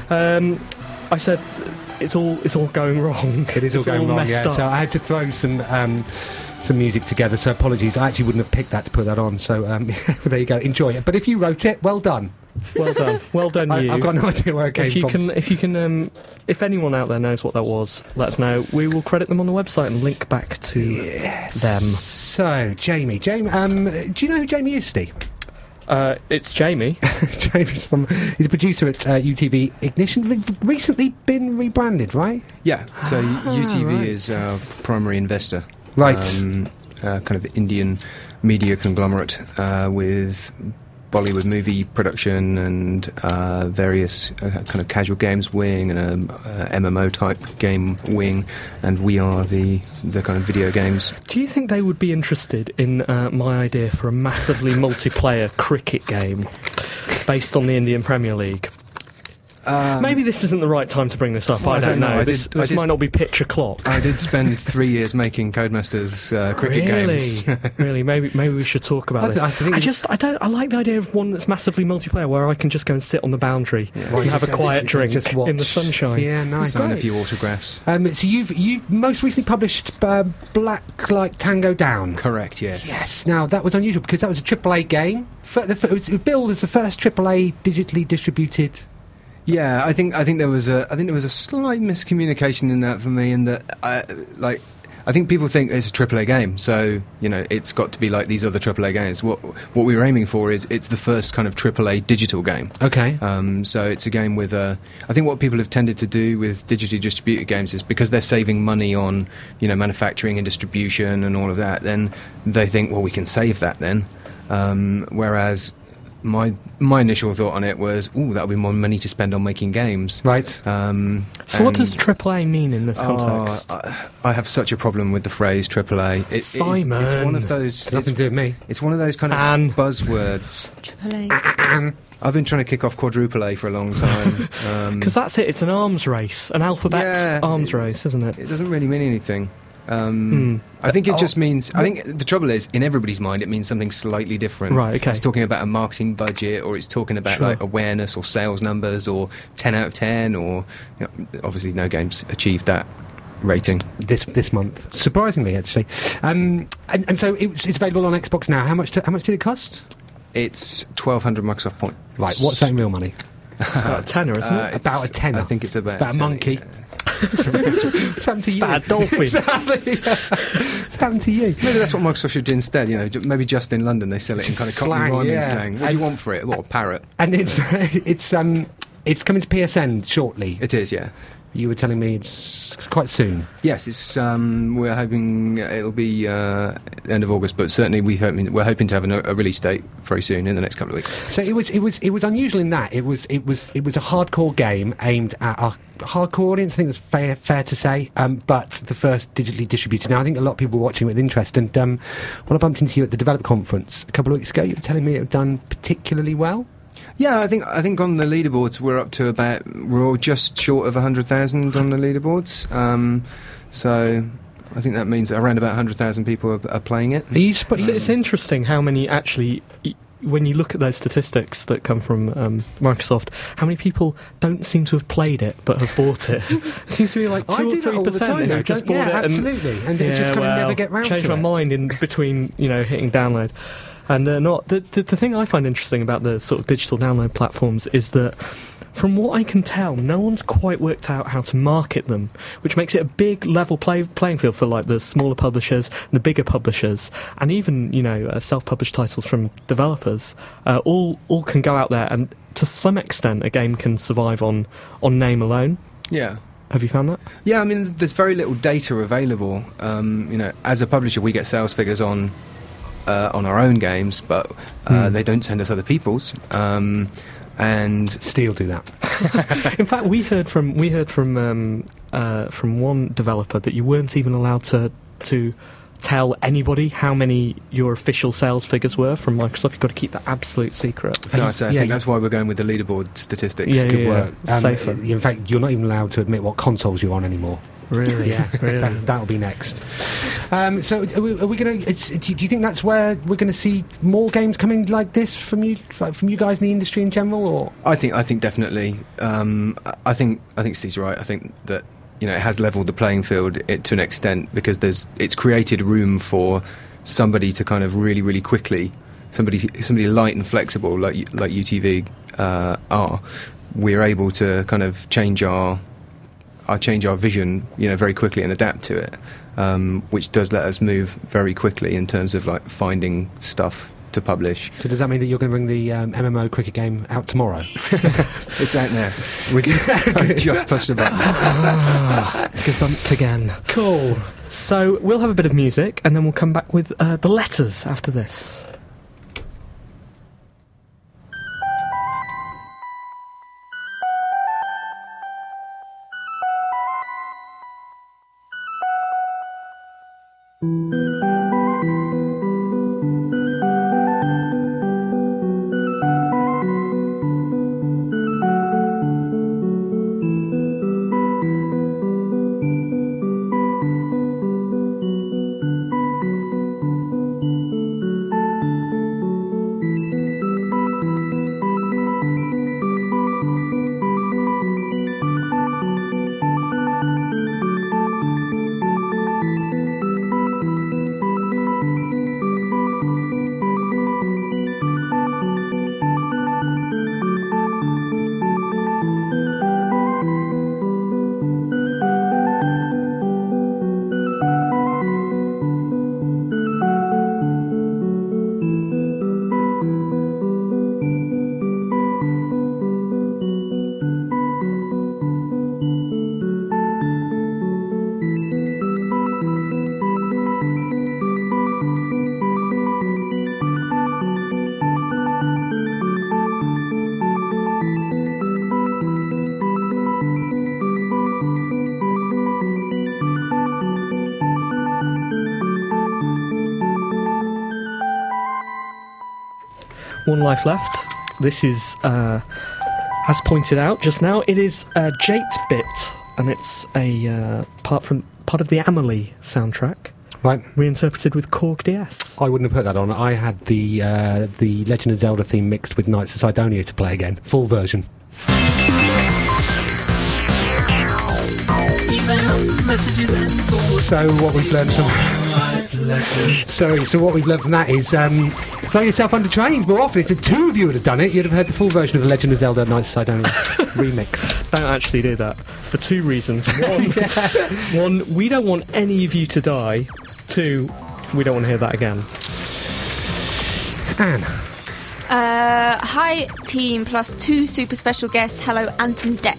Speaker 5: Um, I said. It's all. It's all going wrong.
Speaker 1: It is all
Speaker 5: It's
Speaker 1: going wrong,
Speaker 5: messed
Speaker 1: yeah.
Speaker 5: up.
Speaker 1: So I had to throw some um, some music together. So apologies, I actually wouldn't have picked that to put that on. So um, (laughs) there you go, enjoy it. But if you wrote it, well done.
Speaker 5: Well done.
Speaker 1: (laughs)
Speaker 5: Well done,
Speaker 1: I,
Speaker 5: you.
Speaker 1: I've got no idea where it came
Speaker 5: if you
Speaker 1: from.
Speaker 5: can, if you can, um, if anyone out there knows what that was, let us know. We will credit them on the website and link back to them.
Speaker 1: So Jamie, Jamie, um, do you know who Jamie is, Steve? (laughs)
Speaker 5: Uh, it's Jamie.
Speaker 1: Jamie's from he's a producer at uh, UTV Ignition. They've recently been rebranded, right?
Speaker 3: Yeah. So UTV
Speaker 1: Ah, right.
Speaker 3: is our primary investor.
Speaker 1: Right.
Speaker 3: Um, uh, kind of Indian media conglomerate uh, with Bollywood movie production and uh, various uh, kind of casual games wing and a uh, MMO type game wing, and we are the the kind of video games.
Speaker 5: (laughs) Do you think they would be interested in uh, my idea for a massively multiplayer cricket game based on the Indian Premier League? Maybe this isn't the right time to bring this up. I,
Speaker 3: Um, I
Speaker 5: don't,
Speaker 3: don't know. I
Speaker 5: This,
Speaker 3: did- I
Speaker 5: this
Speaker 3: did-
Speaker 5: might not be pitch o'clock.
Speaker 3: I
Speaker 1: (laughs)
Speaker 3: did spend three years making Codemasters uh, cricket
Speaker 5: really,
Speaker 3: games. (laughs)
Speaker 5: really. Maybe, maybe we should talk about
Speaker 1: I
Speaker 5: this.
Speaker 1: th- I think-
Speaker 5: I just, I don't, I like the idea of one that's massively multiplayer, where I can just go and sit on the boundary and have a quiet drink
Speaker 1: Just watch.
Speaker 5: in the sunshine.
Speaker 1: Yeah, nice.
Speaker 3: (laughs) Sign a few autographs.
Speaker 1: Um, so you've you most recently published uh, Black Like Tango Down.
Speaker 3: Correct. Yes.
Speaker 1: Yes. Now that was unusual because that was a AAA game. Fir- the fir- It was billed as the first AAA digitally distributed.
Speaker 3: Yeah, I think I think there was a I think there was a slight miscommunication in that for me, in that I like. I think people think it's a AAA game, so you know it's got to be like these other AAA games. What what we were aiming for is it's the first kind of AAA digital game.
Speaker 1: Okay.
Speaker 3: Um, so it's a game with a. I think what people have tended to do with digitally distributed games is because they're saving money on you know manufacturing and distribution and all of that, then they think well we can save that then. Um, whereas my my initial thought on it was oh that'll be more money to spend on making games.
Speaker 1: right.
Speaker 3: Um,
Speaker 5: So what
Speaker 3: and-
Speaker 5: does AAA mean in this
Speaker 3: Oh,
Speaker 5: context?
Speaker 3: I, I have such a problem with the phrase AAA. It- it's- It's,
Speaker 5: Simon.
Speaker 3: one of
Speaker 1: It's
Speaker 3: those.
Speaker 1: nothing
Speaker 3: it's-
Speaker 1: to do with me.
Speaker 3: it's one of those kind of
Speaker 5: Anne.
Speaker 3: buzzwords.
Speaker 2: Triple A.
Speaker 3: I've been trying to kick off quadruple A for a long
Speaker 1: (laughs)
Speaker 3: time. Um,
Speaker 5: Because that's it. It's an arms race, an alphabet
Speaker 3: Yeah.
Speaker 5: arms race, isn't it?
Speaker 3: it doesn't really mean anything. Um, I think it just means. I think the trouble is, in everybody's mind, it means something slightly different.
Speaker 5: Right, okay.
Speaker 3: It's talking about a marketing budget, or it's talking about
Speaker 5: Sure.
Speaker 3: like awareness, or sales numbers, or ten out of ten, or you know, obviously no games achieved that rating.
Speaker 1: This this month, surprisingly, actually. Um, and, and so it's, it's available on Xbox now. How much? To, how much did it cost?
Speaker 3: It's twelve hundred Microsoft points.
Speaker 1: Right. What's that in real money?
Speaker 5: It's about a tenner, isn't
Speaker 3: Uh,
Speaker 5: it?
Speaker 3: it's-
Speaker 1: about a tenner.
Speaker 3: I think it's about
Speaker 1: About a
Speaker 3: tenner,
Speaker 1: monkey. (laughs)
Speaker 3: yeah.
Speaker 1: Something to
Speaker 5: It's
Speaker 1: you.
Speaker 5: about a dolphin.
Speaker 1: Exactly. (laughs) Something to you.
Speaker 3: Maybe that's what Microsoft should do instead. You know, ju- maybe just in London they sell it in kind of Cockney
Speaker 1: Slang,
Speaker 3: rhyming
Speaker 1: yeah.
Speaker 3: slang. What do you want for it? What a parrot?
Speaker 1: And it's (laughs) it's um it's coming to PSN shortly.
Speaker 3: It is, yeah.
Speaker 1: You were telling me it's quite soon.
Speaker 3: Yes, it's. Um, we're hoping it'll be uh, end of August, but certainly we hoping, we're hoping to have a, a release date very soon in the next couple of weeks.
Speaker 1: So it was it was it was unusual in that it was it was it was a hardcore game aimed at a hardcore audience. I think that's fair fair to say. Um, but the first digitally distributed. Now I think a lot of people were watching with interest. And um, when I bumped into you at the developer conference a couple of weeks ago, you were telling me it had done particularly well.
Speaker 3: Yeah, I think I think on the leaderboards we're up to about we're all just short of hundred thousand on the leaderboards. Um, so I think that means around about hundred thousand people are, are playing it.
Speaker 1: Are you surprised?
Speaker 5: It's, it's interesting how many actually. y- when you look at those statistics that come from um, Microsoft, how many people don't seem to have played it but have bought it? it seems to be like
Speaker 1: I
Speaker 5: two or
Speaker 1: do that
Speaker 5: three
Speaker 1: all the time,
Speaker 5: percent
Speaker 1: though,
Speaker 5: who just
Speaker 1: don't-
Speaker 5: bought
Speaker 1: yeah,
Speaker 5: it. and-
Speaker 1: absolutely, and they just kinda never get round
Speaker 5: Changed
Speaker 1: to
Speaker 5: my
Speaker 1: it.
Speaker 5: mind in between, you know, hitting download and uh, not. The, the, the thing I find interesting about the sort of digital download platforms is that. From what I can tell, no one's quite worked out how to market them, which makes it a big level play, playing field for like the smaller publishers and the bigger publishers, and even you know uh, self-published titles from developers. Uh, all all can go out there, and to some extent, a game can survive on on name alone.
Speaker 3: Yeah.
Speaker 5: Have you found that?
Speaker 3: Yeah, I mean, there's very little data available. Um, you know, as a publisher, we get sales figures on uh, on our own games, but uh,
Speaker 5: Hmm.
Speaker 3: they don't send us other people's. Um, and
Speaker 1: Steel do that.
Speaker 5: In fact, we heard from we heard from um, uh, from one developer that you weren't even allowed to to tell anybody how many your official sales figures were from Microsoft. You've got to keep that absolute secret.
Speaker 3: no, I say, I
Speaker 1: yeah,
Speaker 3: think
Speaker 1: you-
Speaker 3: that's why we're going with the leaderboard statistics.
Speaker 5: Yeah,
Speaker 1: Good
Speaker 5: yeah,
Speaker 1: work.
Speaker 5: yeah. Safer.
Speaker 1: In fact, you're not even allowed to admit what consoles you're on anymore.
Speaker 5: (laughs) Really?
Speaker 1: Yeah,
Speaker 5: (laughs) really.
Speaker 1: That, that'll be next. Um, so, are we, are we going to? Do, do you think that's where we're going to see more games coming like this from you, like from you guys in the industry in general, or
Speaker 3: I think I think definitely. Um, I- I think I think Steve's right. I think that you know it has leveled the playing field it, to an extent because there's it's created room for somebody to kind of really really quickly somebody somebody light and flexible like U- like UTV uh, are. We're able to kind of change our I change our vision, you know, very quickly and adapt to it, um, which does let us move very quickly in terms of like finding stuff to publish.
Speaker 1: so? Does that mean that you're going to bring the um, MMO cricket game out tomorrow?
Speaker 3: It's out there. We just, I (laughs) just pushed the button.
Speaker 5: Gesamt again.
Speaker 1: cool.
Speaker 5: So we'll have a bit of music, and then we'll come back with uh, the letters after this. One life left. This is, uh, as pointed out just now, it is uh, Jate Bit, and it's a uh, part from part of the Amelie soundtrack,
Speaker 1: Right.
Speaker 5: reinterpreted with Korg DS.
Speaker 1: I wouldn't have put that on. I had the uh, the Legend of Zelda theme mixed with Knights of Sidonia to play again, full version. So what we've learned from sorry, so what we've learned from that is um, throw yourself under trains more often. If the two of you would have done it, you'd have heard the full version of the Legend of Zelda Knights of (laughs) Sidonia remix.
Speaker 5: Don't actually do that for two
Speaker 3: (laughs)
Speaker 5: reasons. One, one, we don't want any of you to die. Two, we don't want to hear that again.
Speaker 1: Anne,
Speaker 2: Uh, hi, team, plus two super special guests. Hello, Anton Deck.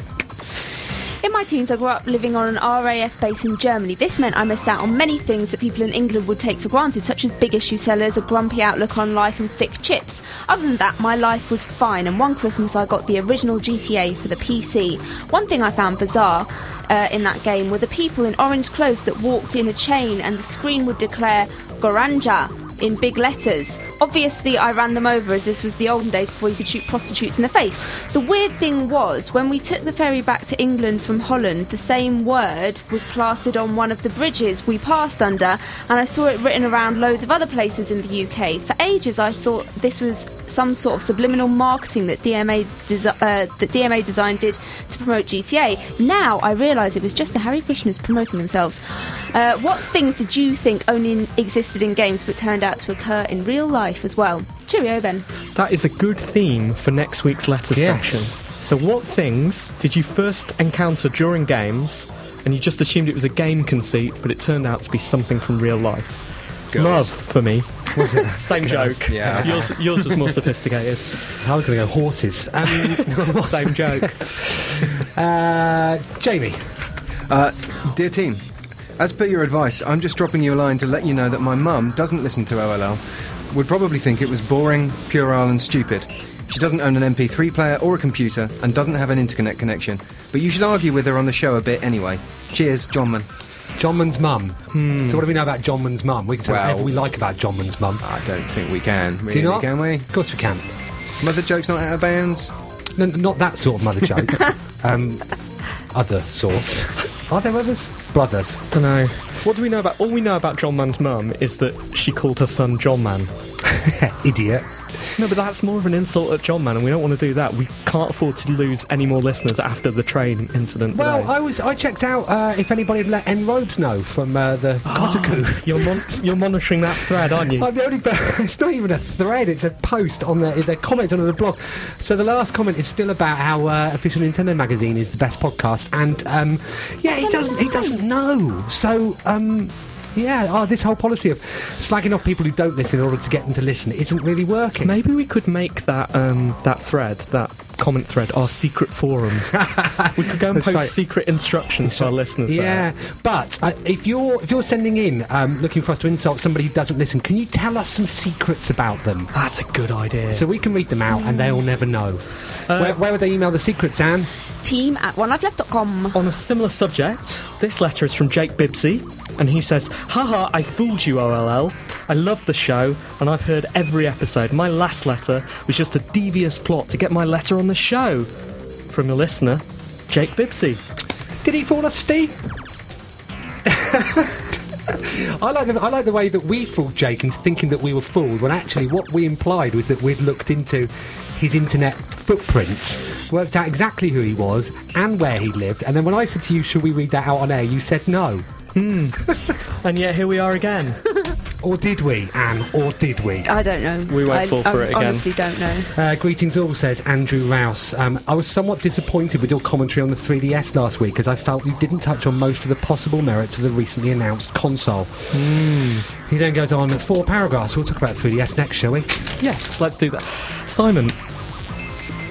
Speaker 2: In my teens, I grew up living on an RAF base in Germany. This meant I missed out on many things that people in England would take for granted, such as big issue sellers, a grumpy outlook on life, and thick chips. Other than that, my life was fine, and one Christmas I got the original GTA for the PC. One thing I found bizarre uh, in that game were the people in orange clothes that walked in a chain, and the screen would declare Goranja in big letters. obviously I ran them over as this was the olden days before you could shoot prostitutes in the face. The weird thing was when we took the ferry back to England from Holland, the same word was plastered on one of the bridges we passed under, and I saw it written around loads of other places in the UK. For ages, I thought this was some sort of subliminal marketing that DMA desi- uh, that DMA Design did to promote GTA. Now I realise it was just the Harry Krishnas promoting themselves. Uh, what things did you think only in- existed in games but turned out to occur in real life as well? Cheerio, then.
Speaker 5: That is a good theme for next week's letter
Speaker 3: Yes.
Speaker 5: section. So, what things did you first encounter during games and you just assumed it was a game conceit, but it turned out to be something from real life?
Speaker 3: Girls.
Speaker 5: Love
Speaker 3: (laughs)
Speaker 5: for me. Was it? Same joke.
Speaker 3: Yeah.
Speaker 5: Yours, yours was
Speaker 3: (laughs)
Speaker 5: more sophisticated.
Speaker 1: I was going to go horses. Um,
Speaker 5: Same joke.
Speaker 1: uh, Jamie.
Speaker 3: Dear team, as per your advice, I'm just dropping you a line to let you know that my mum doesn't listen to OLL, would probably think it was boring, puerile, and stupid. She doesn't own an MP3 player or a computer and doesn't have an internet connection, but you should argue with her on the show a bit anyway. Cheers, Johnman.
Speaker 1: Johnman's mum. Hmm. So what do we know about Johnman's mum? We can tell
Speaker 3: Well-
Speaker 1: whatever we like about Johnman's mum.
Speaker 3: I don't think we can, really,
Speaker 1: Do you not?
Speaker 3: can we?
Speaker 1: Of course we can.
Speaker 3: Mother joke's not out of bounds.
Speaker 1: No, no, not that sort of mother
Speaker 3: (laughs)
Speaker 1: joke. um, other sorts. Are there others? Brothers.
Speaker 5: don't know. What do we know about? All we know about John Mann's mum is that she called her son John Mann.
Speaker 1: Idiot.
Speaker 5: No, but that's more of an insult at John Man, and we don't want to do that. We can't afford to lose any more listeners after the train incident.
Speaker 1: Well,
Speaker 5: today.
Speaker 1: I was. I checked out uh, if anybody had let N Robes know from uh,
Speaker 3: (gasps)
Speaker 1: the Kotaku.
Speaker 5: you're mon- you're monitoring that thread, aren't you?
Speaker 1: I'm the only. (laughs) it's not even a thread. It's a post on their their comment on the blog. So the last comment is still about how uh, official Nintendo magazine is the best podcast, and um, yeah, he doesn't. He doesn't know. So. Um, yeah, oh, this whole policy of slagging off people who don't listen in order to get them to listen isn't really working.
Speaker 5: Maybe we could make that um, that thread, that comment thread, our
Speaker 1: (laughs)
Speaker 5: secret forum. we could go and
Speaker 1: That's
Speaker 5: post
Speaker 1: right.
Speaker 5: secret instructions to our listeners.
Speaker 1: Yeah,
Speaker 5: there.
Speaker 1: but uh, if you're if you're sending in um, looking for us to insult somebody who doesn't listen, can you tell us some secrets about them
Speaker 5: that's a good idea.
Speaker 1: so we can read them out and they'll never know? where, where would they email the secrets, Anne?
Speaker 2: Team at onelifeleft.com.
Speaker 5: On a similar subject, this letter is from Jake Bibsey, and he says, Haha, I fooled you, OLL. I love the show, and I've heard every episode. My last letter was just a devious plot to get my letter on the show. From a listener, Jake Bibsey.
Speaker 1: Did he fool us, Steve? (laughs) I like, the, I like the way that we fooled Jake into thinking that we were fooled when actually what we implied was that we'd looked into his internet footprint, worked out exactly who he was and where he lived, and then when I said to you, should we read that out on air, you said no.
Speaker 5: And yet here we are again.
Speaker 1: Or did we, Anne, or did we?
Speaker 2: I don't know.
Speaker 5: We won't
Speaker 2: I,
Speaker 5: fall for
Speaker 2: I
Speaker 5: it again.
Speaker 2: honestly don't know.
Speaker 1: Uh, greetings all, says Andrew Rouse. Um, I was somewhat disappointed with your commentary on the 3DS last week as I felt you didn't touch on most of the possible merits of the recently announced console. He then goes on four paragraphs. We'll talk about 3DS next, shall we?
Speaker 5: yes, let's do that. Simon.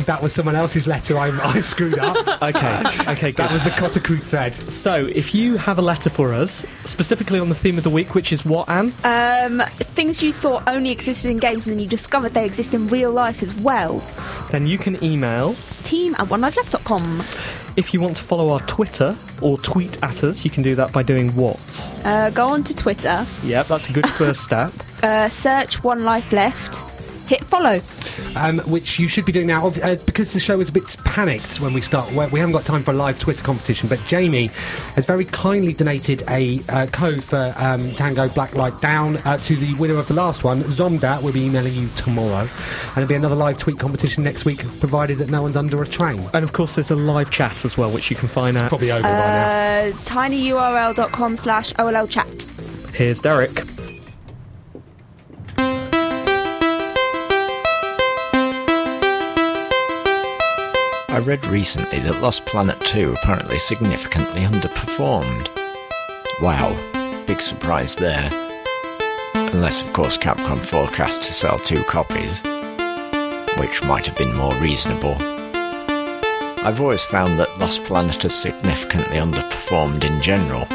Speaker 1: That was someone else's letter I, (laughs) I screwed
Speaker 5: (laughs)
Speaker 1: up.
Speaker 5: Okay, okay, good.
Speaker 1: that was the Kotaku thread.
Speaker 5: So, if you have a letter for us, specifically on the theme of the week, which is what, Anne?
Speaker 2: Um, things you thought only existed in games and then you discovered they exist in real life as well.
Speaker 5: then you can email.
Speaker 2: Team at onelifeleft.com.
Speaker 5: If you want to follow our Twitter or tweet at us, you can do that by doing what?
Speaker 2: Uh, go on to Twitter,
Speaker 5: Yep, that's a good first step.
Speaker 2: uh, search One Life Left, hit follow.
Speaker 1: um, which you should be doing now Ob- uh, because the show is a bit panicked when we start. We we haven't got time for a live Twitter competition, but Jamie has very kindly donated a uh, code for um, Tango Blacklight Down uh, to the winner of the last one, Zomdat. We'll be emailing you tomorrow, and there'll be another live tweet competition next week, provided that no one's under a train.
Speaker 5: And of course, there's a live chat as well, which you can find at.
Speaker 1: Probably over by now.
Speaker 2: Uh, tinyurl.com slash OLL chat.
Speaker 5: Here's Derek.
Speaker 6: I read recently that Lost Planet 2 apparently significantly underperformed. Wow, big surprise there. Unless, of course, Capcom forecast to sell two copies, which might have been more reasonable. I've always found that Lost Planet has significantly underperformed in general,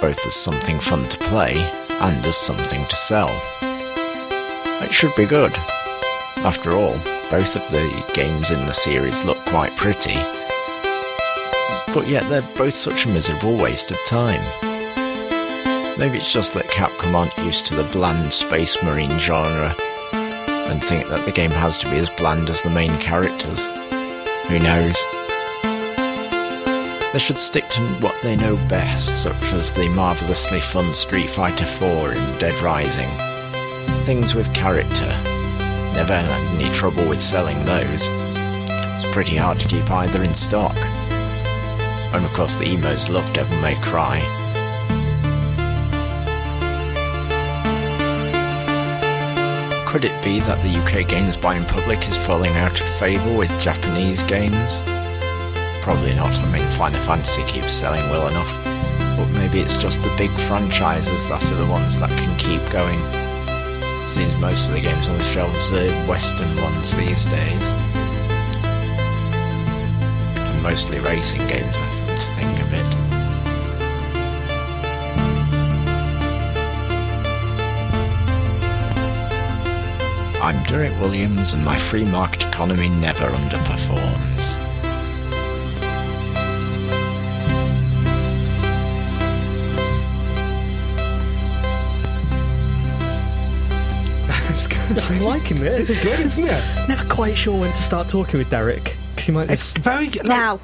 Speaker 6: both as something fun to play and as something to sell. It should be good. After all, both of the games in the series look quite pretty, but yet they're both such a miserable waste of time. Maybe it's just that Capcom aren't used to the bland space marine genre and think that the game has to be as bland as the main characters. Who knows? They should stick to what they know best, such as the marvellously fun Street Fighter IV and Dead Rising. Things with character. Never had any trouble with selling those. It's pretty hard to keep either in stock. And of course, the emos love Devil May Cry. Could it be that the UK games buying public is falling out of favour with Japanese games? Probably not, I mean, Final Fantasy keeps selling well enough. But maybe it's just the big franchises that are the ones that can keep going. Seems most of the games on the shelves are Western ones these days. And mostly racing games, I think, to think of it. I'm Derek Williams, and my free market economy never underperforms.
Speaker 5: (laughs) I'm liking this.
Speaker 1: It's good, isn't it?
Speaker 5: Not quite sure when to start talking with Derek because he might.
Speaker 1: It's
Speaker 5: Just...
Speaker 1: very good. Like,
Speaker 2: Now,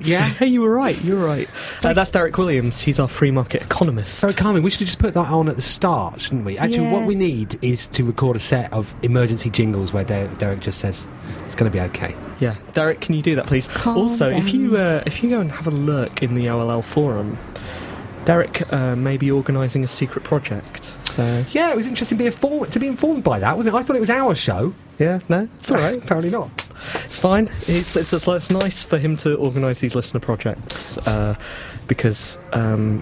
Speaker 1: yeah.
Speaker 5: (laughs) Hey, you were right. You were right. Uh, that's Derek Williams. He's our free market economist.
Speaker 1: So, Carmen, we should have just put that on at the start, shouldn't we? Actually,
Speaker 2: Yeah.
Speaker 1: what we need is to record a set of emergency jingles where Der- Derek just says, it's going to be okay.
Speaker 5: Yeah, Derek, can you do that, please?
Speaker 2: Calm
Speaker 5: also, if
Speaker 2: down.
Speaker 5: you uh, if you go and have a lurk in the OLL forum, Derek uh, may be organising a secret project. So
Speaker 1: Yeah, it was interesting to be, inform- to be informed by that, wasn't it? I thought it was our show.
Speaker 5: yeah, no, it's all right. (laughs)
Speaker 1: Apparently not.
Speaker 5: It's fine. It's it's, it's, it's nice for him to organise these listener projects uh, because um,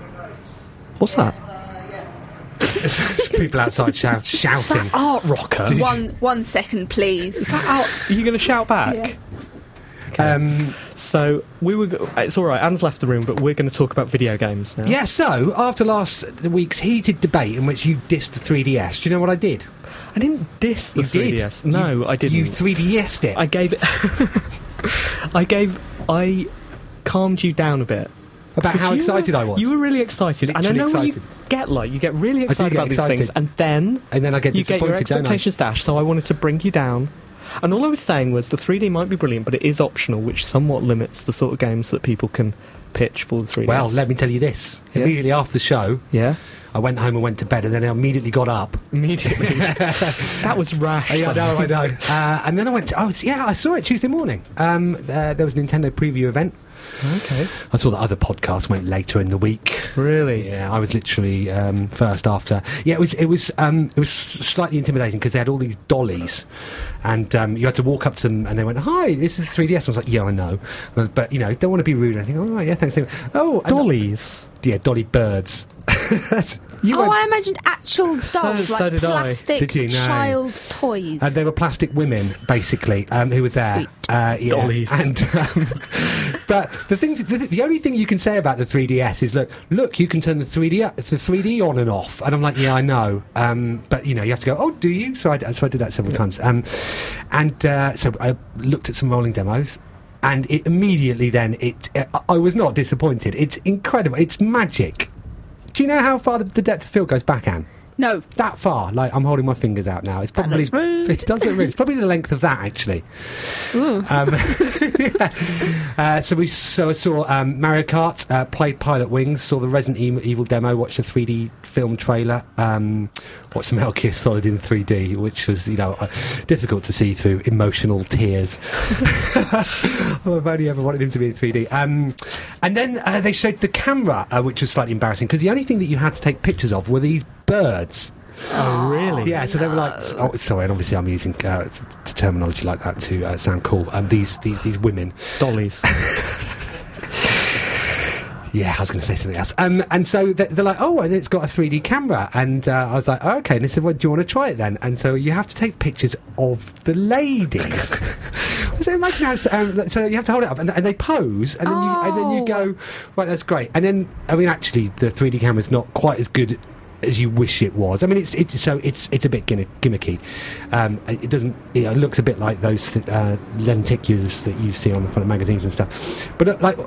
Speaker 5: what's that?
Speaker 1: It's people outside (laughs) shout- shouting.
Speaker 5: Art rocker. What?
Speaker 2: one one second, please.
Speaker 5: Are you going to shout back?
Speaker 2: Yeah.
Speaker 1: Um,
Speaker 5: So we were. Go- it's all right. Anne's left the room, but we're going to talk about video games now.
Speaker 1: yeah, so after last week's heated debate in which you dissed the 3DS, do you know what I did?
Speaker 5: I didn't diss the
Speaker 1: you
Speaker 5: 3DS.
Speaker 1: did.
Speaker 5: No,
Speaker 1: You-
Speaker 5: I didn't.
Speaker 1: You 3DS'd it.
Speaker 5: I gave it. (laughs) I gave. I calmed you down a bit.
Speaker 1: about
Speaker 5: 'Cause
Speaker 1: how
Speaker 5: you
Speaker 1: excited
Speaker 5: were,
Speaker 1: I was.
Speaker 5: You were really excited, and I know
Speaker 1: Literally
Speaker 5: what you
Speaker 1: excited.
Speaker 5: get like. You get really
Speaker 1: do
Speaker 5: excited
Speaker 1: get
Speaker 5: about
Speaker 1: excited.
Speaker 5: these things, and then
Speaker 1: and then I get
Speaker 5: you get your
Speaker 1: disappointed, don't I?
Speaker 5: expectations dashed. So I wanted to bring you down. And all I was saying was the 3D might be brilliant, but it is optional, which somewhat limits the sort of games that people can pitch for the 3D.
Speaker 1: Well, let me tell you this.
Speaker 5: Yeah.
Speaker 1: Immediately after the show,
Speaker 5: yeah,
Speaker 1: (laughs) I went home and went to bed, and then I immediately got up.
Speaker 5: immediately. (laughs) that was rash.
Speaker 1: Yeah, I know, I know. (laughs) Uh, and then I went. To, I was yeah, I saw it Tuesday morning. Um, uh, there was a Nintendo preview event.
Speaker 5: Okay,
Speaker 1: I saw the other podcast went later in the week.
Speaker 5: really.
Speaker 1: Yeah, I was literally um, first after. Yeah, it was it was um, it was s- slightly intimidating because they had all these dollies, and um, you had to walk up to them, and they went, "Hi, this is 3DS." I was like, "Yeah, I know," I was- but you know, don't want to be rude. I think, "Oh, yeah, thanks." Oh, and-
Speaker 5: Dollies.
Speaker 1: yeah, dolly birds. (laughs) you
Speaker 2: oh,
Speaker 1: weren't-
Speaker 2: I imagined actual dolls,
Speaker 5: So-
Speaker 2: like
Speaker 5: so did I.
Speaker 2: plastic
Speaker 1: Did you? No.
Speaker 2: child's toys.
Speaker 1: And Uh, they were plastic women, basically, um, who were there.
Speaker 2: Sweet.
Speaker 1: Uh, yeah.
Speaker 5: Dollies.
Speaker 1: And, um, (laughs) but the thing, the, the only thing you can say about the 3DS is look, look, you can turn the 3D up, the 3D on and off. And I'm like, yeah, I know. Um, but you know, you have to go. Oh, do you? So I, d- so I did that several times. Um, and uh, so I looked at some rolling demos. And it immediately then it, I I was not disappointed. It's incredible. It's magic. Do you know how far the- the depth of field goes back, Anne?
Speaker 2: no,
Speaker 1: that far. Like I'm holding my fingers out now. It's probably
Speaker 2: looks rude.
Speaker 1: it does look rude. It's probably the length of that actually. Um, (laughs) yeah. uh, so we so I saw um, Mario Kart, uh, played Pilot Wings, saw the Resident E- Evil demo, watched a 3D film trailer, um, watched some (laughs) Metal Gear Solid in 3D, which was you know uh, difficult to see through emotional tears. (laughs) Oh, I've only ever wanted him to be in 3D. Um, and then uh, they showed the camera, uh, which was slightly embarrassing because the only thing that you had to take pictures of were these birds.
Speaker 5: Oh, really?
Speaker 1: Yeah, so they were like, oh, sorry, and obviously I'm using uh, t- t- terminology like that to uh, sound cool. Um, these, these, these women. (laughs)
Speaker 5: Dollies.
Speaker 1: Yeah, I was going to say something else. Um, and so they- they're like, oh, and it's got a 3D camera. And uh, I was like, oh, okay. And they said, well, do you want to try it then? And so you have to take pictures of the ladies. so imagine how. So, um, so you have to hold it up and, and they pose. And then, you, and then you
Speaker 2: Oh.
Speaker 1: go, right, that's great. And then, I mean, actually, the 3D camera's not quite as good. As you wish it was. I mean, it's, it's so it's it's a bit gimmick- gimmicky. Um, it it doesn't. You know, it looks a bit like those th- uh, lenticulars that you see on the front of magazines and stuff. But uh, like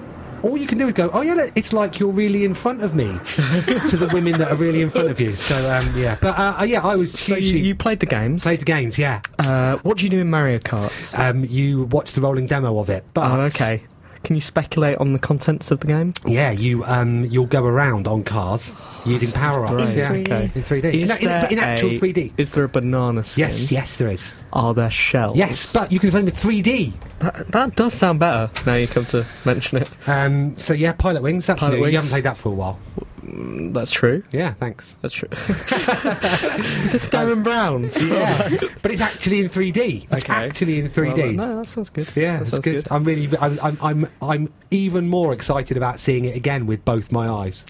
Speaker 1: all you can do is go, oh yeah, look, it's like you're really in front
Speaker 5: (laughs)
Speaker 1: of me to the women that are really in front of you. So um, yeah, but uh, uh, yeah, I was
Speaker 5: So you,
Speaker 1: hugely
Speaker 5: you played the games.
Speaker 1: played the games. Yeah,
Speaker 5: Uh, what do you do in Mario Kart?
Speaker 1: um, you watched the rolling demo of it. But
Speaker 5: Oh, okay. Can you speculate on the contents of the game?
Speaker 1: Yeah, you um, you'll go around on cars using power ups.
Speaker 5: Oh, great.
Speaker 1: Yeah,
Speaker 2: In 3D.
Speaker 1: in 3D.
Speaker 5: Is
Speaker 1: In, in-
Speaker 5: there
Speaker 1: in actual
Speaker 5: a-
Speaker 1: 3D.
Speaker 5: Is there Oh, a banana skin?
Speaker 1: Yes, yes, there is.
Speaker 5: Are there shells?
Speaker 1: Yes, but you can play with 3D.
Speaker 5: that, that does sound better. Now you come to mention it.
Speaker 1: Um, so yeah, Pilot Wings. That's
Speaker 5: Pilot
Speaker 1: new.
Speaker 5: Wings.
Speaker 1: You haven't played that for a while.
Speaker 5: That's true.
Speaker 1: Yeah,
Speaker 5: (laughs)
Speaker 1: thanks. (laughs)
Speaker 5: That's true. is
Speaker 1: Um,
Speaker 5: this Darren Brown?
Speaker 1: Yeah, but it's actually in 3D. It's
Speaker 5: Okay.
Speaker 1: actually in 3D.
Speaker 5: Well, no, that sounds good.
Speaker 1: Yeah,
Speaker 5: that
Speaker 1: that's
Speaker 5: sounds
Speaker 1: good. I'm really, I'm, I'm, I'm, I'm even more excited about seeing it again with both my
Speaker 5: (laughs)
Speaker 1: eyes,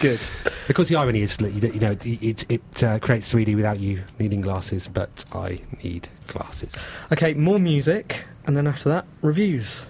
Speaker 5: Good.
Speaker 1: because the irony is that you don't- you know it it, it uh, creates 3D without you needing glasses, but I need glasses.
Speaker 5: Okay, more music, and then after that, reviews.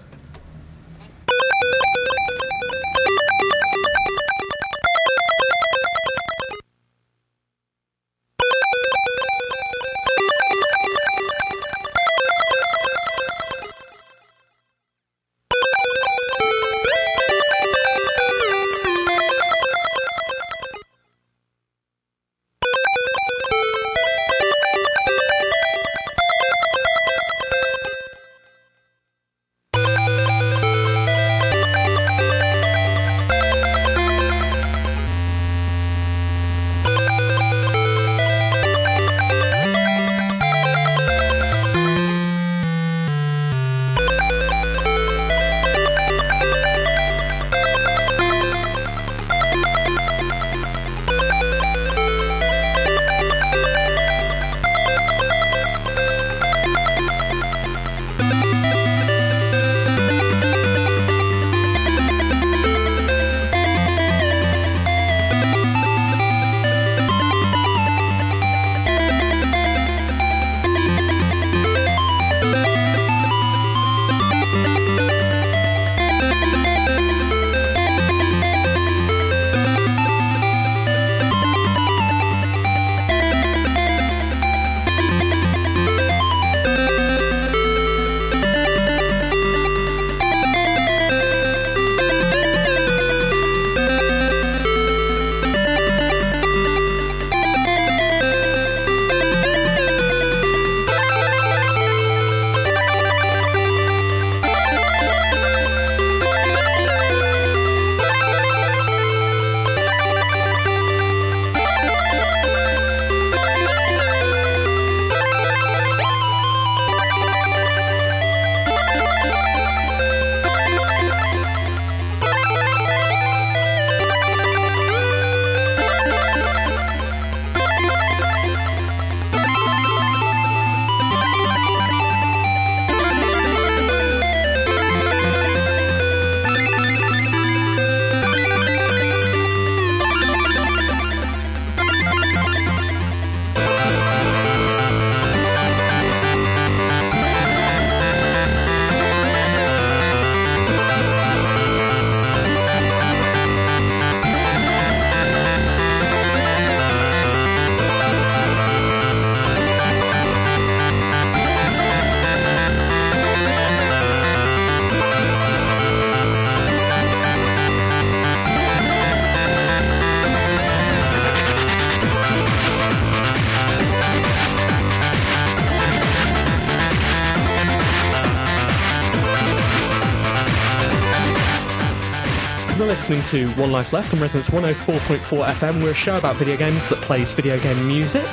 Speaker 5: You're listening to One oh Life Left on Resonance 104.4 FM. We're a show about video games that plays video game music,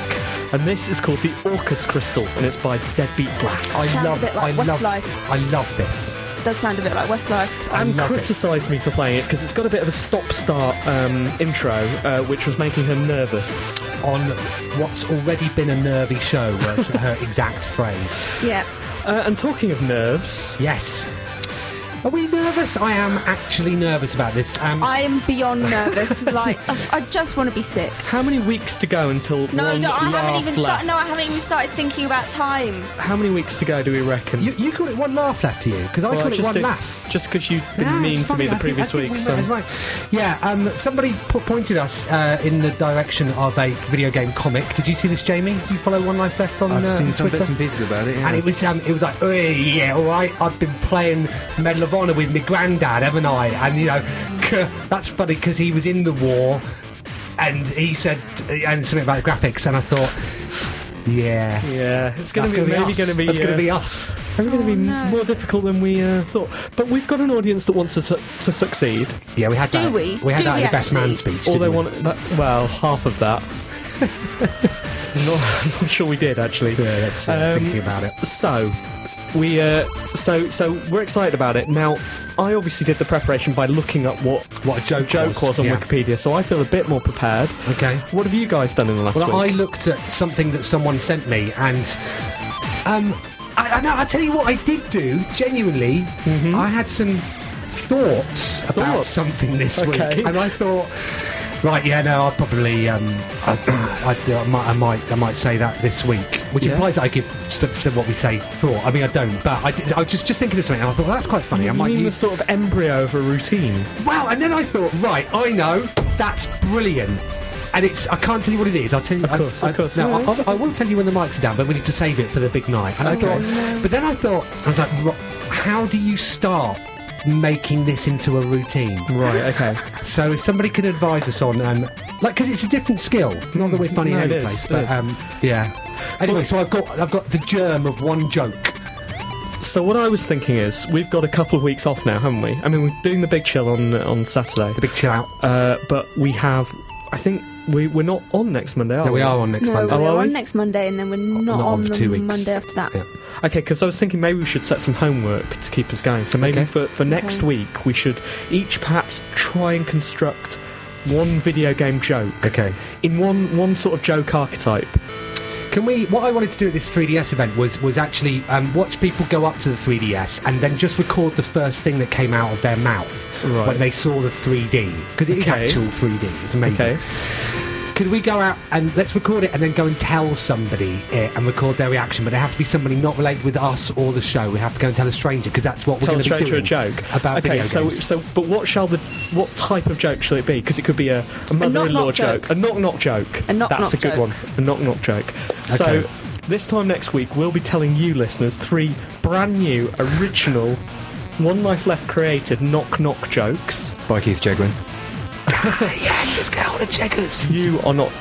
Speaker 5: and this is called the Orcus Crystal, and it's by Deadbeat Blast.
Speaker 2: Sounds a bit like
Speaker 1: I love,
Speaker 2: Westlife.
Speaker 1: I love this.
Speaker 2: Does sound a bit like Westlife.
Speaker 1: I
Speaker 5: and
Speaker 1: love it.
Speaker 5: criticised me for playing it because it's got a bit of a stop-start um, intro, uh, which was making her nervous.
Speaker 1: on what's already been a nervy show
Speaker 2: (laughs)
Speaker 1: was her exact phrase.
Speaker 2: Yeah.
Speaker 5: Uh, and talking of nerves,
Speaker 1: Yes. Are we nervous? I am actually nervous about this. Um,
Speaker 2: I am beyond (laughs) nervous. like, I I just want to be sick.
Speaker 5: how many weeks to go until
Speaker 2: No,
Speaker 5: one
Speaker 2: don't- I haven't
Speaker 5: laugh
Speaker 2: even
Speaker 5: left?
Speaker 2: started. No, I haven't even started thinking about time.
Speaker 5: How many weeks to go do we reckon?
Speaker 1: you, you call it one laugh left to you because I
Speaker 5: Well,
Speaker 1: call it
Speaker 5: just
Speaker 1: one
Speaker 5: do-
Speaker 1: laugh.
Speaker 5: Just because you've been
Speaker 1: Yeah, it's
Speaker 5: mean to
Speaker 1: funny.
Speaker 5: me
Speaker 1: I
Speaker 5: the
Speaker 1: think- I
Speaker 5: previous
Speaker 1: think
Speaker 5: week,
Speaker 1: we
Speaker 5: so
Speaker 1: might- right. Yeah, um, somebody po- pointed us uh, in the direction of a video game comic. Did you see this, Jamie? Did you follow One Life Left on
Speaker 3: I've
Speaker 1: uh,
Speaker 3: seen some
Speaker 1: Twitter?
Speaker 3: bits and pieces about it. Yeah.
Speaker 1: And it was um, it was like, "Oi, yeah, all right. I've been playing Medal of Nirvana with my granddad, haven't I? And you know, (laughs) k- that's funny because he was in the war, and he said and something about graphics, and I thought, yeah,
Speaker 5: Yeah, it's going
Speaker 1: that's
Speaker 5: to be
Speaker 1: gonna
Speaker 5: maybe
Speaker 1: us.
Speaker 5: going to be
Speaker 1: that's
Speaker 5: uh,
Speaker 1: going to be us.
Speaker 5: Probably going to be
Speaker 2: Oh, no.
Speaker 5: more difficult than we uh, thought. But we've got an audience that wants to, su- to succeed,
Speaker 1: Yeah, we had
Speaker 2: Do
Speaker 1: that.
Speaker 2: we?
Speaker 1: had
Speaker 2: Do
Speaker 1: that
Speaker 2: we
Speaker 1: in the best man
Speaker 2: actually?
Speaker 1: speech.
Speaker 5: or
Speaker 1: didn't
Speaker 5: they
Speaker 1: we?
Speaker 5: want that, well half of (laughs) that. I'm not, I'm not sure we did actually.
Speaker 1: Yeah, that's, uh, thinking about it.
Speaker 5: Um, s- So we uh, so so we're excited about it. Now I obviously did the preparation by looking up what
Speaker 1: What a joke was,
Speaker 5: joke was on
Speaker 1: yeah.
Speaker 5: Wikipedia, so I feel a bit more prepared.
Speaker 1: Okay.
Speaker 5: What have you guys done in the last
Speaker 1: Well, I
Speaker 5: week?
Speaker 1: looked at something that someone sent me, and um, I, I know. I tell you what, I did do genuinely. I had some thoughts, about
Speaker 5: Mm-hmm. Thoughts?
Speaker 1: something this
Speaker 5: Okay.
Speaker 1: week, and I thought, right, yeah, no, I'll probably, um, I, I, do- I, might, I might, I might say that this week, which
Speaker 5: Yeah.
Speaker 1: implies that I give stuff to what we say thought. I mean, I don't, but I, did, I was just just thinking of something, and I thought well, that's quite funny. I
Speaker 5: you
Speaker 1: might
Speaker 5: mean the
Speaker 1: use
Speaker 5: sort of embryo of a routine?
Speaker 1: Wow, and then I thought, right, I know, that's brilliant. And it's, I can't tell you what it is. I'll tell you. Of
Speaker 5: course,
Speaker 1: I,
Speaker 5: of course.
Speaker 1: No,
Speaker 5: No,
Speaker 1: I-
Speaker 5: it's Oh,
Speaker 1: I, I will tell you when the mics are down, but we need to save it for the big night. And I thought, but then I thought, I was like, ro- how do you start making this into a routine?
Speaker 5: Right. Okay.
Speaker 1: So if somebody could advise us on, um, like, because it's a different skill. Not that we're funny
Speaker 5: Mm, No, it
Speaker 1: any
Speaker 5: is,
Speaker 1: place,
Speaker 5: it
Speaker 1: but
Speaker 5: is.
Speaker 1: um, yeah. Anyway, so I've got, I've got the germ of one joke.
Speaker 5: So what I was thinking is, we've got a couple of weeks off now, haven't we? I mean, we're doing the big chill on on Saturday,
Speaker 1: The big chill out.
Speaker 5: uh, but we have. I think we we're not on next Monday, are
Speaker 1: No, we are on next
Speaker 2: no,
Speaker 1: Monday.
Speaker 5: Oh,
Speaker 2: we're
Speaker 5: are we?
Speaker 2: on next Monday, and then we're not,
Speaker 1: not
Speaker 2: on
Speaker 1: on for
Speaker 2: the
Speaker 1: two weeks.
Speaker 2: Monday after that.
Speaker 1: Yeah.
Speaker 5: Okay, because I was thinking maybe we should set some homework to keep us going. So maybe
Speaker 1: Okay.
Speaker 5: for for next
Speaker 2: Okay.
Speaker 5: week we should each perhaps try and construct one video game joke
Speaker 1: Okay.
Speaker 5: in one one sort of joke archetype.
Speaker 1: Can we? What I wanted to do at this 3DS event was was actually um, watch people go up to the 3DS and then just record the first thing that came out of their mouth
Speaker 5: Right.
Speaker 1: when they saw the 3D because it is
Speaker 5: Okay.
Speaker 1: actual 3D. It's amazing.
Speaker 5: Okay.
Speaker 1: Could we go out and let's record it and then go and tell somebody it and record their reaction? But it has to be somebody not related with us or the show. We have to go and tell a stranger because that's what
Speaker 5: Tell
Speaker 1: we're going
Speaker 5: a
Speaker 1: to be
Speaker 5: stranger
Speaker 1: doing.
Speaker 5: a joke
Speaker 1: about
Speaker 5: okay,
Speaker 1: video
Speaker 5: so
Speaker 1: games.
Speaker 5: so but what shall the what type of joke shall it be? Because it could be a, a mother-in-law
Speaker 2: knock-knock joke.
Speaker 5: a knock-knock joke.
Speaker 2: A knock-knock
Speaker 5: That's a good
Speaker 2: joke.
Speaker 5: one. A knock-knock joke. So
Speaker 1: Okay.
Speaker 5: this time next week, we'll be telling you listeners three brand new original. One Life Left created knock knock jokes.
Speaker 3: By Keith Jegwin.
Speaker 1: (laughs) yes, let's get all the checkers.
Speaker 5: You are not.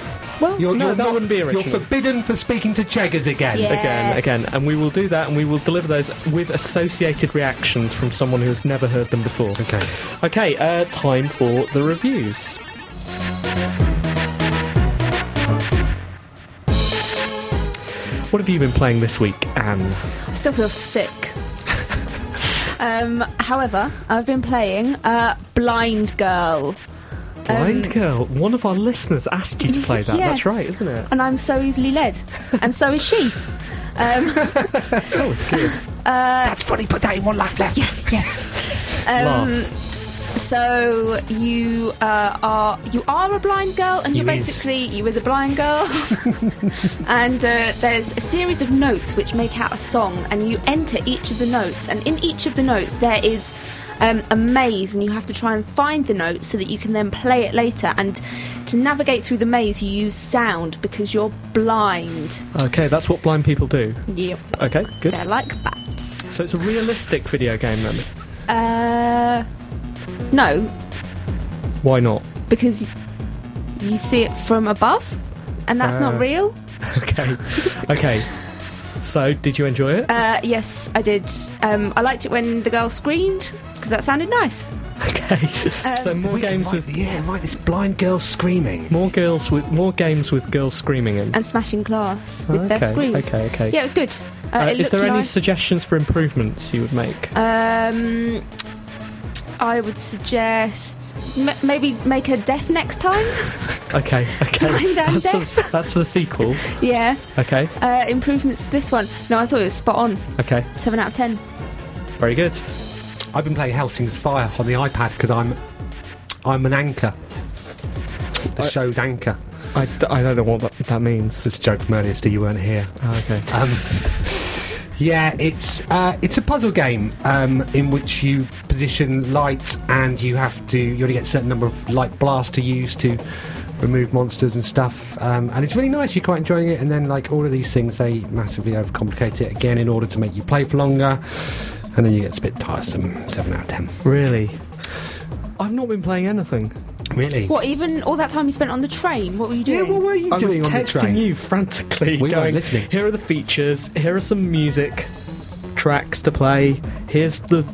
Speaker 5: Well,
Speaker 1: You're,
Speaker 5: no,
Speaker 1: you're
Speaker 5: that
Speaker 1: not-
Speaker 5: wouldn't be original.
Speaker 1: You're forbidden for speaking to checkers again.
Speaker 2: Yeah.
Speaker 5: again, again, and we will do that, and we will deliver those with associated reactions from someone who has never heard them before.
Speaker 1: Okay.
Speaker 5: Okay, uh, time for the reviews. What have you been playing this week, Anne?
Speaker 2: I still feel sick. um, however, I've been playing uh, Blind Girl,
Speaker 5: Blind Girl. One of our listeners asked you to play that.
Speaker 2: Yeah.
Speaker 5: That's right, isn't it?
Speaker 2: and I'm so easily led, and so is she.
Speaker 5: Oh, it's good.
Speaker 1: That's funny. Put that in one laugh left.
Speaker 2: Yes, yes. Um,
Speaker 5: Laugh.
Speaker 2: so you uh, are you are a blind girl, and
Speaker 1: You
Speaker 2: you're
Speaker 1: is.
Speaker 2: basically you is a blind girl. and uh, there's a series of notes which make out a song, and you enter each of the notes, and in each of the notes there is. Um, a maze, and you have to try and find the note so that you can then play it later. And to navigate through the maze, you use sound because you're blind.
Speaker 5: Okay, that's what blind people do.
Speaker 2: Yep,
Speaker 5: Okay, good.
Speaker 2: they're like bats.
Speaker 5: So it's a realistic video game then.
Speaker 2: Uh, no,
Speaker 5: Why not? (laughs)
Speaker 2: because y- you see it from above, and that's
Speaker 5: Uh.
Speaker 2: not real.
Speaker 5: Okay. Okay. So, did you enjoy it?
Speaker 2: Uh, yes, I did. Um, I liked it when the girl screamed because that sounded nice.
Speaker 5: (laughs) Okay. so more
Speaker 1: We can
Speaker 5: games
Speaker 1: write-
Speaker 5: with
Speaker 1: yeah, right. This blind girl screaming.
Speaker 5: more girls with more games with girls screaming in.
Speaker 2: And smashing glass with their
Speaker 5: Okay,
Speaker 2: screams.
Speaker 5: okay, okay.
Speaker 2: Yeah, it was good. Uh,
Speaker 5: Uh,
Speaker 2: it
Speaker 5: is there
Speaker 2: looked
Speaker 5: any
Speaker 2: nice.
Speaker 5: suggestions for improvements you would make?
Speaker 2: Um, I would suggest m- maybe make her deaf next time. (laughs)
Speaker 5: okay, okay.
Speaker 2: Blind and
Speaker 5: That's the, that's the sequel.
Speaker 2: yeah.
Speaker 5: Okay,
Speaker 2: Uh, improvements to this one. No, I thought it was spot on.
Speaker 5: okay.
Speaker 2: Seven out of ten.
Speaker 5: Very good.
Speaker 1: I've been playing Helsing's Fire on the iPad because I'm, I'm an anchor. The show's anchor.
Speaker 5: I, d- I don't know what that, that means. uh,
Speaker 1: It's a joke from earlier, Steve. You weren't here.
Speaker 5: okay.
Speaker 1: Um, yeah, it's uh, it's a puzzle game um, in which you position light and you have to you only get a certain number of light blasts to use to remove monsters and stuff. Um, and it's really nice. You're quite enjoying it. And then like all of these things, they massively overcomplicate it again in order to make you play for longer. and then you get a bit tiresome. Seven out of ten.
Speaker 5: Really? I've not been playing anything.
Speaker 1: Really?
Speaker 2: What, even all that time you spent on the train? What were you
Speaker 1: Yeah,
Speaker 2: doing?
Speaker 1: what were you
Speaker 5: I was
Speaker 1: doing on the train?
Speaker 5: texting you frantically,
Speaker 1: We weren't
Speaker 5: going,
Speaker 1: listening.
Speaker 5: "Here are the features. Here are some music tracks to play. Here's the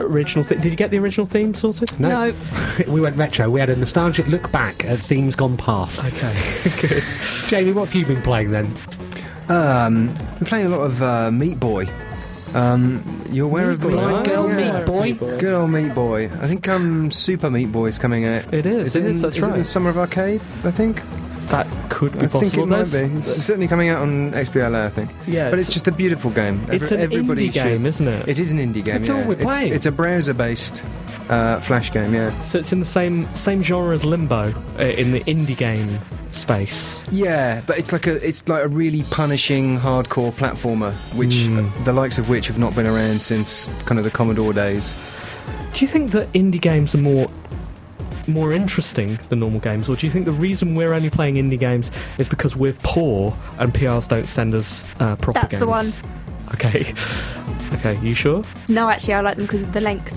Speaker 5: original thing." Did you get the original theme sorted?
Speaker 1: No.
Speaker 2: no.
Speaker 1: (laughs) we went retro. We had a nostalgic look back at themes gone past.
Speaker 5: Okay, (laughs) good.
Speaker 1: Jamie, what have you been playing then?
Speaker 3: Um, I'm playing a lot of uh, Meat Boy. Um, you aware of Meat
Speaker 5: Blind Girl
Speaker 3: Yeah.
Speaker 5: Meat Boy.
Speaker 3: Good old Meat Boy. I think um, Super Meat Boy is coming out.
Speaker 5: It is, it
Speaker 3: in,
Speaker 5: is, that's
Speaker 3: It in the
Speaker 5: right.
Speaker 3: summer of arcade, I think.
Speaker 5: That could be
Speaker 3: I
Speaker 5: possible.
Speaker 3: think it might
Speaker 5: There's-
Speaker 3: be. It's certainly coming out on XBLA, I think.
Speaker 5: Yeah,
Speaker 3: but it's, just a beautiful game.
Speaker 5: it's
Speaker 3: Every-
Speaker 5: an
Speaker 3: everybody
Speaker 5: indie
Speaker 3: should-
Speaker 5: game, isn't it?
Speaker 3: It is an indie game.
Speaker 1: That's
Speaker 3: yeah.
Speaker 1: all we're
Speaker 3: It's-
Speaker 1: playing.
Speaker 3: It's, a browser-based uh, flash game. Yeah.
Speaker 5: So it's in the same same genre as Limbo uh, in the indie game space.
Speaker 3: Yeah, but it's like a it's like a really punishing hardcore platformer, which the likes of which have not been around since kind of the Commodore days.
Speaker 5: Do you think that indie games are more more interesting than normal games, or do you think the reason we're only playing indie games is because we're poor and PRs don't send us uh, proper
Speaker 2: That's the
Speaker 5: games? Okay. (laughs) Okay, you sure?
Speaker 2: No, actually, I like them because of the length.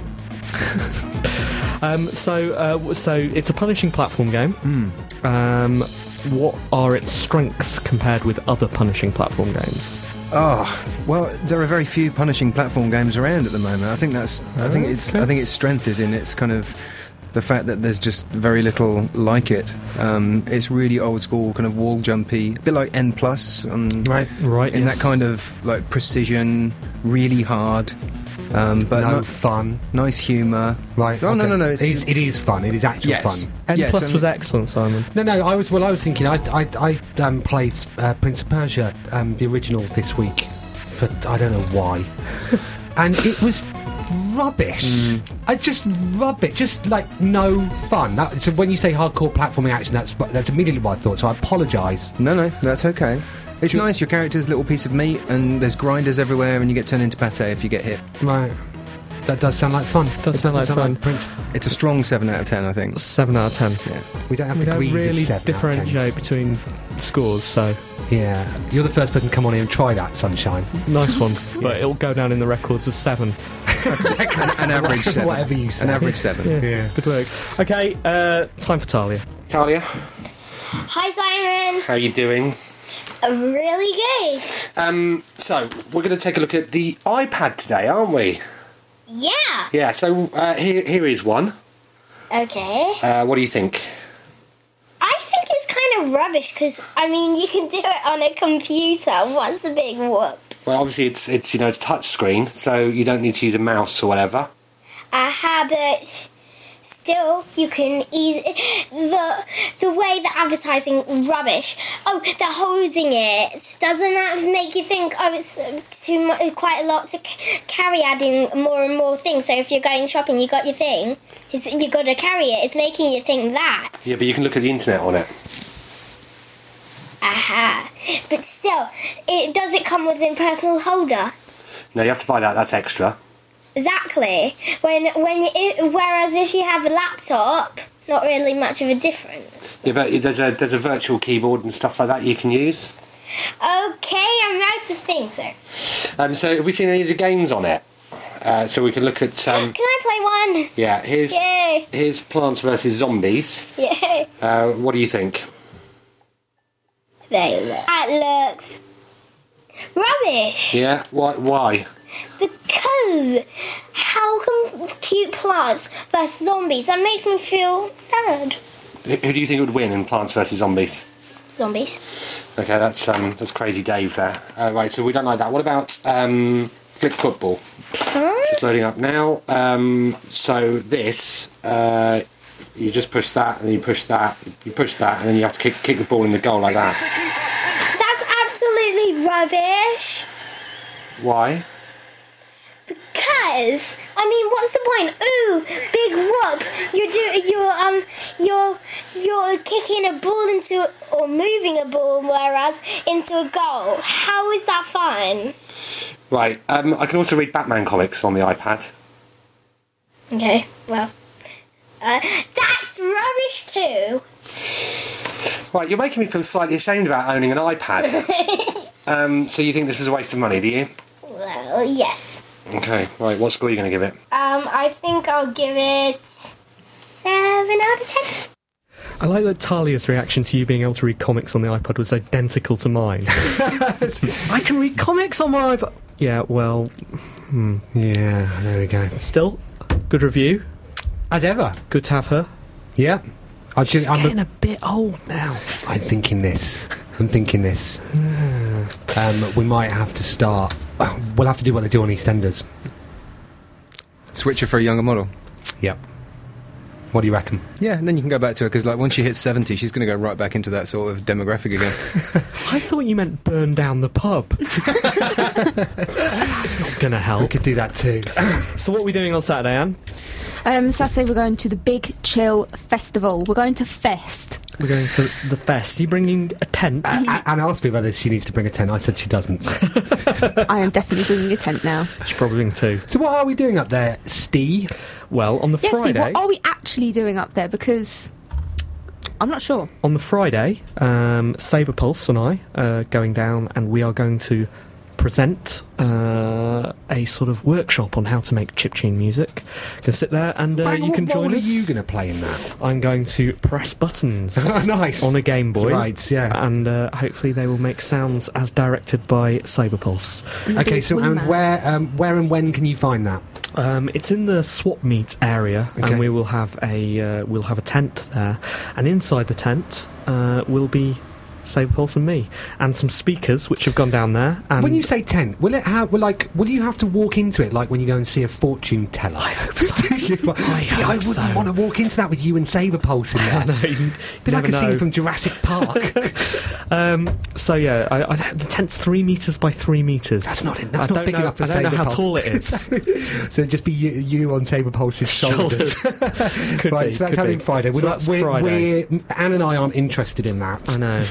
Speaker 5: Um, so, uh, w- so it's a punishing platform game.
Speaker 3: Hmm.
Speaker 5: Um, what are its strengths compared with other punishing platform games?
Speaker 3: Oh well, there are very few punishing platform games around at the moment. I think that's I think it's I think its strength is in its kind of the fact that there's just very little like it. Um, it's really old school, kind of wall jumpy, a bit like N plus, um,
Speaker 1: Right.
Speaker 5: Right.
Speaker 3: in that kind of like precision, really hard, um, but
Speaker 1: no
Speaker 3: not-
Speaker 1: fun.
Speaker 3: nice humour.
Speaker 1: Right.
Speaker 3: Oh, no,
Speaker 1: okay.
Speaker 3: no, no, it's-
Speaker 1: it, is, it is fun. It is actual
Speaker 3: Yes.
Speaker 1: fun.
Speaker 5: N
Speaker 3: Yes,
Speaker 5: plus
Speaker 3: and-
Speaker 5: was excellent, Simon.
Speaker 1: No, no. I was well. I was thinking. I, I, I um, played uh, Prince of Persia, um, the original, this week, for I don't know
Speaker 3: (laughs)
Speaker 1: why, and it was rubbish.
Speaker 3: Mm.
Speaker 1: I just rubbish. Just like no fun. That, so when you say hardcore platforming action, that's that's immediately what I thought. So I apologise.
Speaker 3: No, no, that's okay. It's
Speaker 1: Sure.
Speaker 3: nice. Your character's a little piece of meat, and there's grinders everywhere, and you get turned into pate if you get hit.
Speaker 1: Right. That does sound like fun.
Speaker 5: Does
Speaker 1: It
Speaker 5: sound like fun.
Speaker 1: Prince.
Speaker 3: It's a strong seven out of ten, I think.
Speaker 5: Seven out of ten.
Speaker 3: Yeah.
Speaker 1: We don't have
Speaker 5: We don't
Speaker 1: degrees
Speaker 5: really
Speaker 1: of seven out of
Speaker 5: differentiate between scores, so
Speaker 1: tens. Yeah. You're the first person to come on here and try that, Sunshine.
Speaker 5: nice one. But it'll go down in the records as seven.
Speaker 3: an,
Speaker 1: (laughs)
Speaker 3: an average seven.
Speaker 1: Whatever you say. (laughs)
Speaker 3: An average seven.
Speaker 1: Yeah.
Speaker 5: Good work. Okay, uh, time for Talia.
Speaker 7: Talia,
Speaker 8: Hi Simon,
Speaker 7: how you doing?
Speaker 8: I'm really good.
Speaker 7: Um, so we're going to take a look at the iPad today, aren't we?
Speaker 8: Yeah.
Speaker 7: Yeah. So uh, here, here is one.
Speaker 8: Okay.
Speaker 7: Uh, what do you think?
Speaker 8: I think it's kind of rubbish because I mean you can do it on a computer. What's the big whoop?
Speaker 7: Well, obviously it's it's you know it's touch screen, so you don't need to use a mouse or whatever.
Speaker 8: Aha, but still you can easy the the way the advertising rubbish. Oh, they're holding it. Doesn't that make you think? Oh, it's too mu- quite a lot to c- carry, adding more and more things. So if you're going shopping, you got your thing. It's, you got to carry it. It's making you think that.
Speaker 7: Yeah, but you can look at the internet on it.
Speaker 8: Aha. But still, it does it come with a personal holder?
Speaker 7: No, you have to buy that. That's extra.
Speaker 8: Exactly. When when you, i- whereas if you have a laptop, not really much of a difference.
Speaker 7: Yeah, but there's a there's a virtual keyboard and stuff like that you can use.
Speaker 8: Okay, I'm out of things, sir.
Speaker 7: Um, so have we seen any of the games on it? Uh, so we can look at um,
Speaker 8: Can I play one?
Speaker 7: yeah here's
Speaker 8: Yay!
Speaker 7: here's Plants vs Zombies.
Speaker 8: Yay!
Speaker 7: Uh, what do you think?
Speaker 8: There you look. That looks rubbish.
Speaker 7: Yeah, why why?
Speaker 8: Because how come cute plants versus zombies? That makes me feel sad.
Speaker 7: Who who do you think would win in Plants vs Zombies?
Speaker 8: Zombies.
Speaker 7: Okay, that's um, that's crazy, Dave. There. Uh, right, so we don't like that. What about um, flick football? Just loading up now. Um, so this, uh, you just push that, and then you push that, you push that, and then you have to kick kick the ball in the goal like that.
Speaker 8: That's absolutely rubbish.
Speaker 7: Why?
Speaker 8: Cause I mean, what's the point? Ooh, big whoop! You're do you're um you're you're kicking a ball into or moving a ball, whereas into a goal. How is that fun?
Speaker 7: Right. Um, I can also read Batman comics on the iPad.
Speaker 8: Okay, well, uh, that's rubbish too.
Speaker 7: Right, you're making me feel slightly ashamed about owning an iPad. um, so you think this is a waste of money, do you?
Speaker 8: Well, yes.
Speaker 7: Okay, right, what score are you going to give it?
Speaker 8: Um, I think I'll give it seven out of ten.
Speaker 5: I like that Talia's reaction to you being able to read comics on the iPod was identical to mine. I can read comics on my iPod. Yeah, well,
Speaker 1: Yeah, there we go.
Speaker 5: still, good review.
Speaker 1: As ever.
Speaker 5: Good to have her.
Speaker 1: Yeah. I just, I'm,
Speaker 5: Getting a bit old now.
Speaker 1: I'm thinking this. I'm thinking this. Um, we might have to start. We'll have to do what they do on EastEnders.
Speaker 3: Switch her for a younger model.
Speaker 1: Yep. What do you reckon?
Speaker 3: Yeah, and then you can go back to her because, like, once she hits seventy, she's going to go right back into that sort of demographic again. (laughs)
Speaker 5: I thought you meant burn down the pub. That's not going to
Speaker 1: We
Speaker 5: help.
Speaker 1: could do that (laughs) too.
Speaker 5: So, what are we doing on Saturday, Anne?
Speaker 2: Um, Saturday, we're going to the Big Chill Festival. We're going to Fest.
Speaker 5: We're going to the fest. Are you bringing a tent?
Speaker 1: A- Anne asked me whether she needs to bring a tent. I said she doesn't. so
Speaker 2: I am definitely bringing a tent
Speaker 1: (laughs)
Speaker 2: now.
Speaker 5: She's probably bringing two.
Speaker 1: what are we doing up there, Steve?
Speaker 5: Well, on the
Speaker 2: Yes, Steve,
Speaker 5: Friday.
Speaker 2: what are we actually doing up there? Because I'm not sure.
Speaker 5: on the Friday, um, Saber Pulse and I are going down, and we are going to present uh, a sort of workshop on how to make chiptune music. You can sit there and uh,
Speaker 1: Hang on,
Speaker 5: you can
Speaker 1: what
Speaker 5: join
Speaker 1: role
Speaker 5: us.
Speaker 1: Are you going to play in that?
Speaker 5: I'm going to press buttons.
Speaker 1: (laughs) nice.
Speaker 5: On a Game Boy,
Speaker 1: Right, yeah.
Speaker 5: and uh, hopefully they will make sounds as directed by Saber Pulse.
Speaker 1: okay, so
Speaker 2: Wee
Speaker 1: and
Speaker 2: Man.
Speaker 1: where, um, where and when can you find that?
Speaker 5: Um, it's in the swap meet area,
Speaker 1: Okay.
Speaker 5: and we will have a uh, we'll have a tent there, and inside the tent uh, will be Sabre Pulse and me, and some speakers which have gone down there. And
Speaker 1: when you say tent, will it have? Will like? Will you have to walk into it like when you go and see a fortune teller? I (laughs) hope so. I,
Speaker 5: hope
Speaker 1: I wouldn't
Speaker 5: so.
Speaker 1: want to walk into that with you and Saber Pulse in there.
Speaker 5: (laughs) I know, you
Speaker 1: Be like
Speaker 5: never
Speaker 1: a scene
Speaker 5: know.
Speaker 1: from Jurassic Park.
Speaker 5: (laughs) Um, so yeah, I, I, don't- the tent's three meters by three meters.
Speaker 1: That's not it.
Speaker 5: I
Speaker 1: That's
Speaker 5: don't
Speaker 1: not big
Speaker 5: know,
Speaker 1: enough for
Speaker 5: I don't know
Speaker 1: Sabre
Speaker 5: how
Speaker 1: Pulse.
Speaker 5: tall
Speaker 1: (laughs)
Speaker 5: it is. (laughs)
Speaker 1: so it'd just be you, you on Saber Pulse's shoulders.
Speaker 5: (laughs) Shoulders.
Speaker 1: (laughs)
Speaker 5: could
Speaker 1: right,
Speaker 5: be,
Speaker 1: so that's
Speaker 5: could
Speaker 1: happening
Speaker 5: be.
Speaker 1: Friday. We're
Speaker 5: So
Speaker 1: not-
Speaker 5: that's
Speaker 1: we're,
Speaker 5: Friday.
Speaker 1: We're, Anne and I aren't interested in that.
Speaker 5: I know.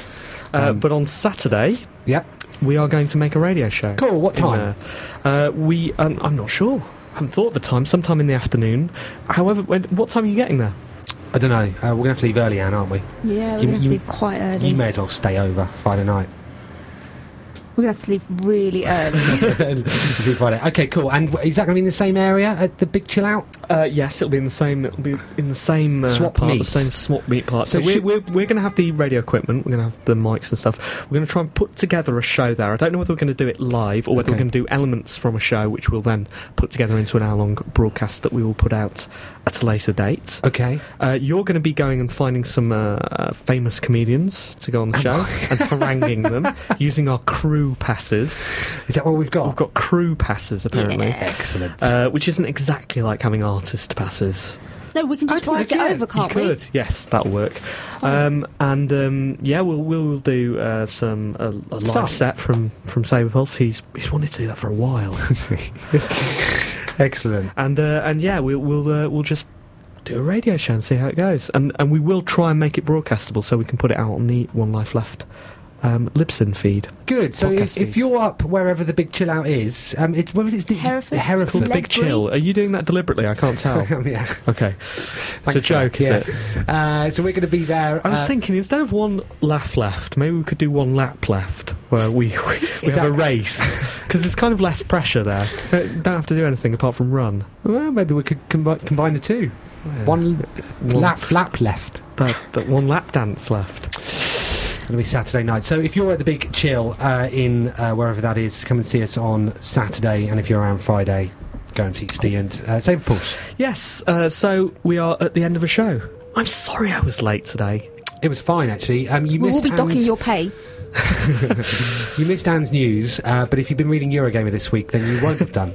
Speaker 5: Uh,
Speaker 1: Um,
Speaker 5: but on Saturday,
Speaker 1: Yep.
Speaker 5: we are going to make a radio show.
Speaker 1: Cool, what
Speaker 5: in
Speaker 1: time?
Speaker 5: there. Uh, we, um, I'm not sure. Haven't thought of the time. Sometime in the afternoon. However, when, what time are you getting there?
Speaker 1: I don't know. Uh, we're going to have to leave early, Anne, aren't we?
Speaker 2: Yeah, we're
Speaker 1: You-
Speaker 2: going to have to
Speaker 1: you-
Speaker 2: leave quite early.
Speaker 1: You may as well stay over Friday night. (laughs)
Speaker 2: We're going to have to leave really early.
Speaker 1: (laughs) Through Friday. Okay, cool. And w- is that going to be in the same area at the Big Chill Out?
Speaker 5: Uh, yes, it'll be in the same. It'll be in the same uh,
Speaker 1: Swap
Speaker 5: part, the
Speaker 1: meet.
Speaker 5: same swap meet part. So,
Speaker 1: So
Speaker 5: we're,
Speaker 1: should-
Speaker 5: we're we're going to have the radio equipment. We're going to have the mics and stuff. We're going to try and put together a show there. I don't know whether we're going to do it live or whether we're
Speaker 1: Okay.
Speaker 5: going to do elements from a show, which we'll then put together into an hour-long broadcast that we will put out at a later date.
Speaker 1: Okay.
Speaker 5: Uh, you're going to be going and finding some uh, uh, famous comedians to go on the show and haranguing them using our crew passes.
Speaker 1: Is that what we've got?
Speaker 5: We've got crew passes apparently.
Speaker 1: Excellent.
Speaker 5: Uh, which isn't exactly like having artist passes.
Speaker 2: no, we can just try and get over, can't
Speaker 5: you
Speaker 2: we?
Speaker 5: could, yes, that'll work. Um, and um, yeah, we'll we'll, we'll do uh, some a, a live
Speaker 1: Stuff.
Speaker 5: set from from Sabre Pulse. He's he's wanted to do that for a while.
Speaker 1: Excellent.
Speaker 5: and uh, and yeah, we'll we'll uh, we'll just do a radio show and see how it goes. And and we will try and make it broadcastable so we can put it out on the One Life Left um, Libsyn feed.
Speaker 1: Good. So if,
Speaker 5: Podcast
Speaker 1: if
Speaker 5: feed.
Speaker 1: you're up wherever the Big Chill Out is, um, it's where is it?
Speaker 2: Hereford.
Speaker 5: It's called
Speaker 1: Hereford.
Speaker 2: Ledbury.
Speaker 5: Big Chill. Are you doing that deliberately? I can't tell.
Speaker 1: (laughs) Um, yeah.
Speaker 5: Okay, it's a
Speaker 1: Thanks, Jack.
Speaker 5: joke, is
Speaker 1: yeah.
Speaker 5: it?
Speaker 1: Uh, so we're going to be there.
Speaker 5: I was
Speaker 1: uh,
Speaker 5: thinking instead of one laugh left, maybe we could do one lap left, where we (laughs) we, we have
Speaker 1: that- (laughs)
Speaker 5: a race because there's kind of less pressure there. Uh, Don't have to do anything apart from run.
Speaker 1: Well, maybe we could combi- combine the two. One
Speaker 5: One-
Speaker 1: lap, flap left.
Speaker 5: That, that one lap dance left.
Speaker 1: It'll be Saturday night. So if you're at the Big Chill uh, in uh, wherever that is, come and see us on Saturday. And if you're around Friday, go and see Steve and uh, Sabre Pulse.
Speaker 5: Yes. Uh, so we are at the end of a show. I'm sorry I was late today.
Speaker 1: It was fine actually. Um, you
Speaker 2: We will
Speaker 1: missed
Speaker 2: be docking
Speaker 1: Anne's-
Speaker 2: your pay.
Speaker 1: you missed Anne's news, uh, but if you've been reading Eurogamer this week, then you won't have
Speaker 5: (laughs)
Speaker 1: done.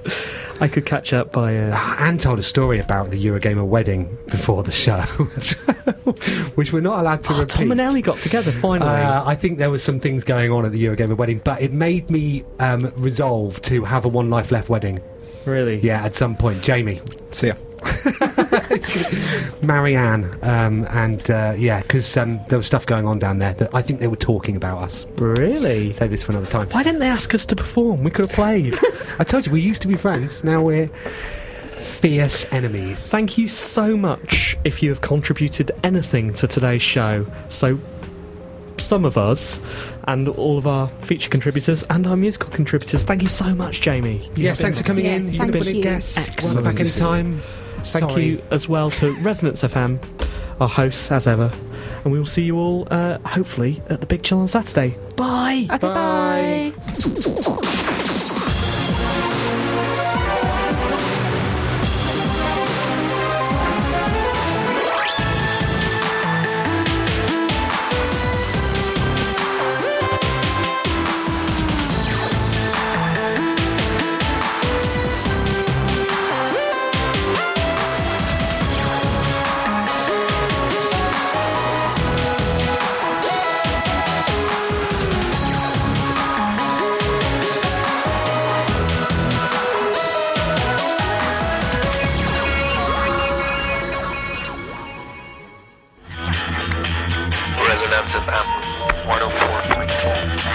Speaker 5: I could catch up by. Uh,
Speaker 1: Ah, Anne told a story about the Eurogamer wedding before the show, (laughs) which we're not allowed to
Speaker 5: oh,
Speaker 1: repeat.
Speaker 5: Tom and Ellie got together finally.
Speaker 1: Uh, I think there was some things going on at the Eurogamer wedding, but it made me um, resolve to have a one life left wedding.
Speaker 5: really?
Speaker 1: Yeah, at some point, Jamie,
Speaker 3: See ya.
Speaker 1: Marianne, um, and uh, yeah, because um, there was stuff going on down there that I think they were talking about us.
Speaker 5: Really?
Speaker 1: Save this for another time.
Speaker 5: Why didn't they ask us to perform? We could have (laughs) played.
Speaker 1: I told you we used to be friends. Now we're fierce enemies.
Speaker 5: Thank you so much if you have contributed anything to today's show. So some of us and all of our feature contributors and our musical contributors. Thank you so much, Jamie. You
Speaker 1: Yes,
Speaker 5: have been-
Speaker 1: thanks for coming
Speaker 2: Yeah,
Speaker 1: in. You've
Speaker 2: thank
Speaker 1: been a brilliant
Speaker 2: you.
Speaker 1: guest.
Speaker 6: Excellent.
Speaker 1: Welcome back
Speaker 6: Lovely to see
Speaker 1: anytime.
Speaker 5: Thank
Speaker 1: Sorry.
Speaker 5: you as well to Resonance FM, our hosts as ever. And we will see you all, uh, hopefully, at the Big Chill on Saturday. Bye!
Speaker 2: Okay, bye.
Speaker 4: Resonance FM 104.4.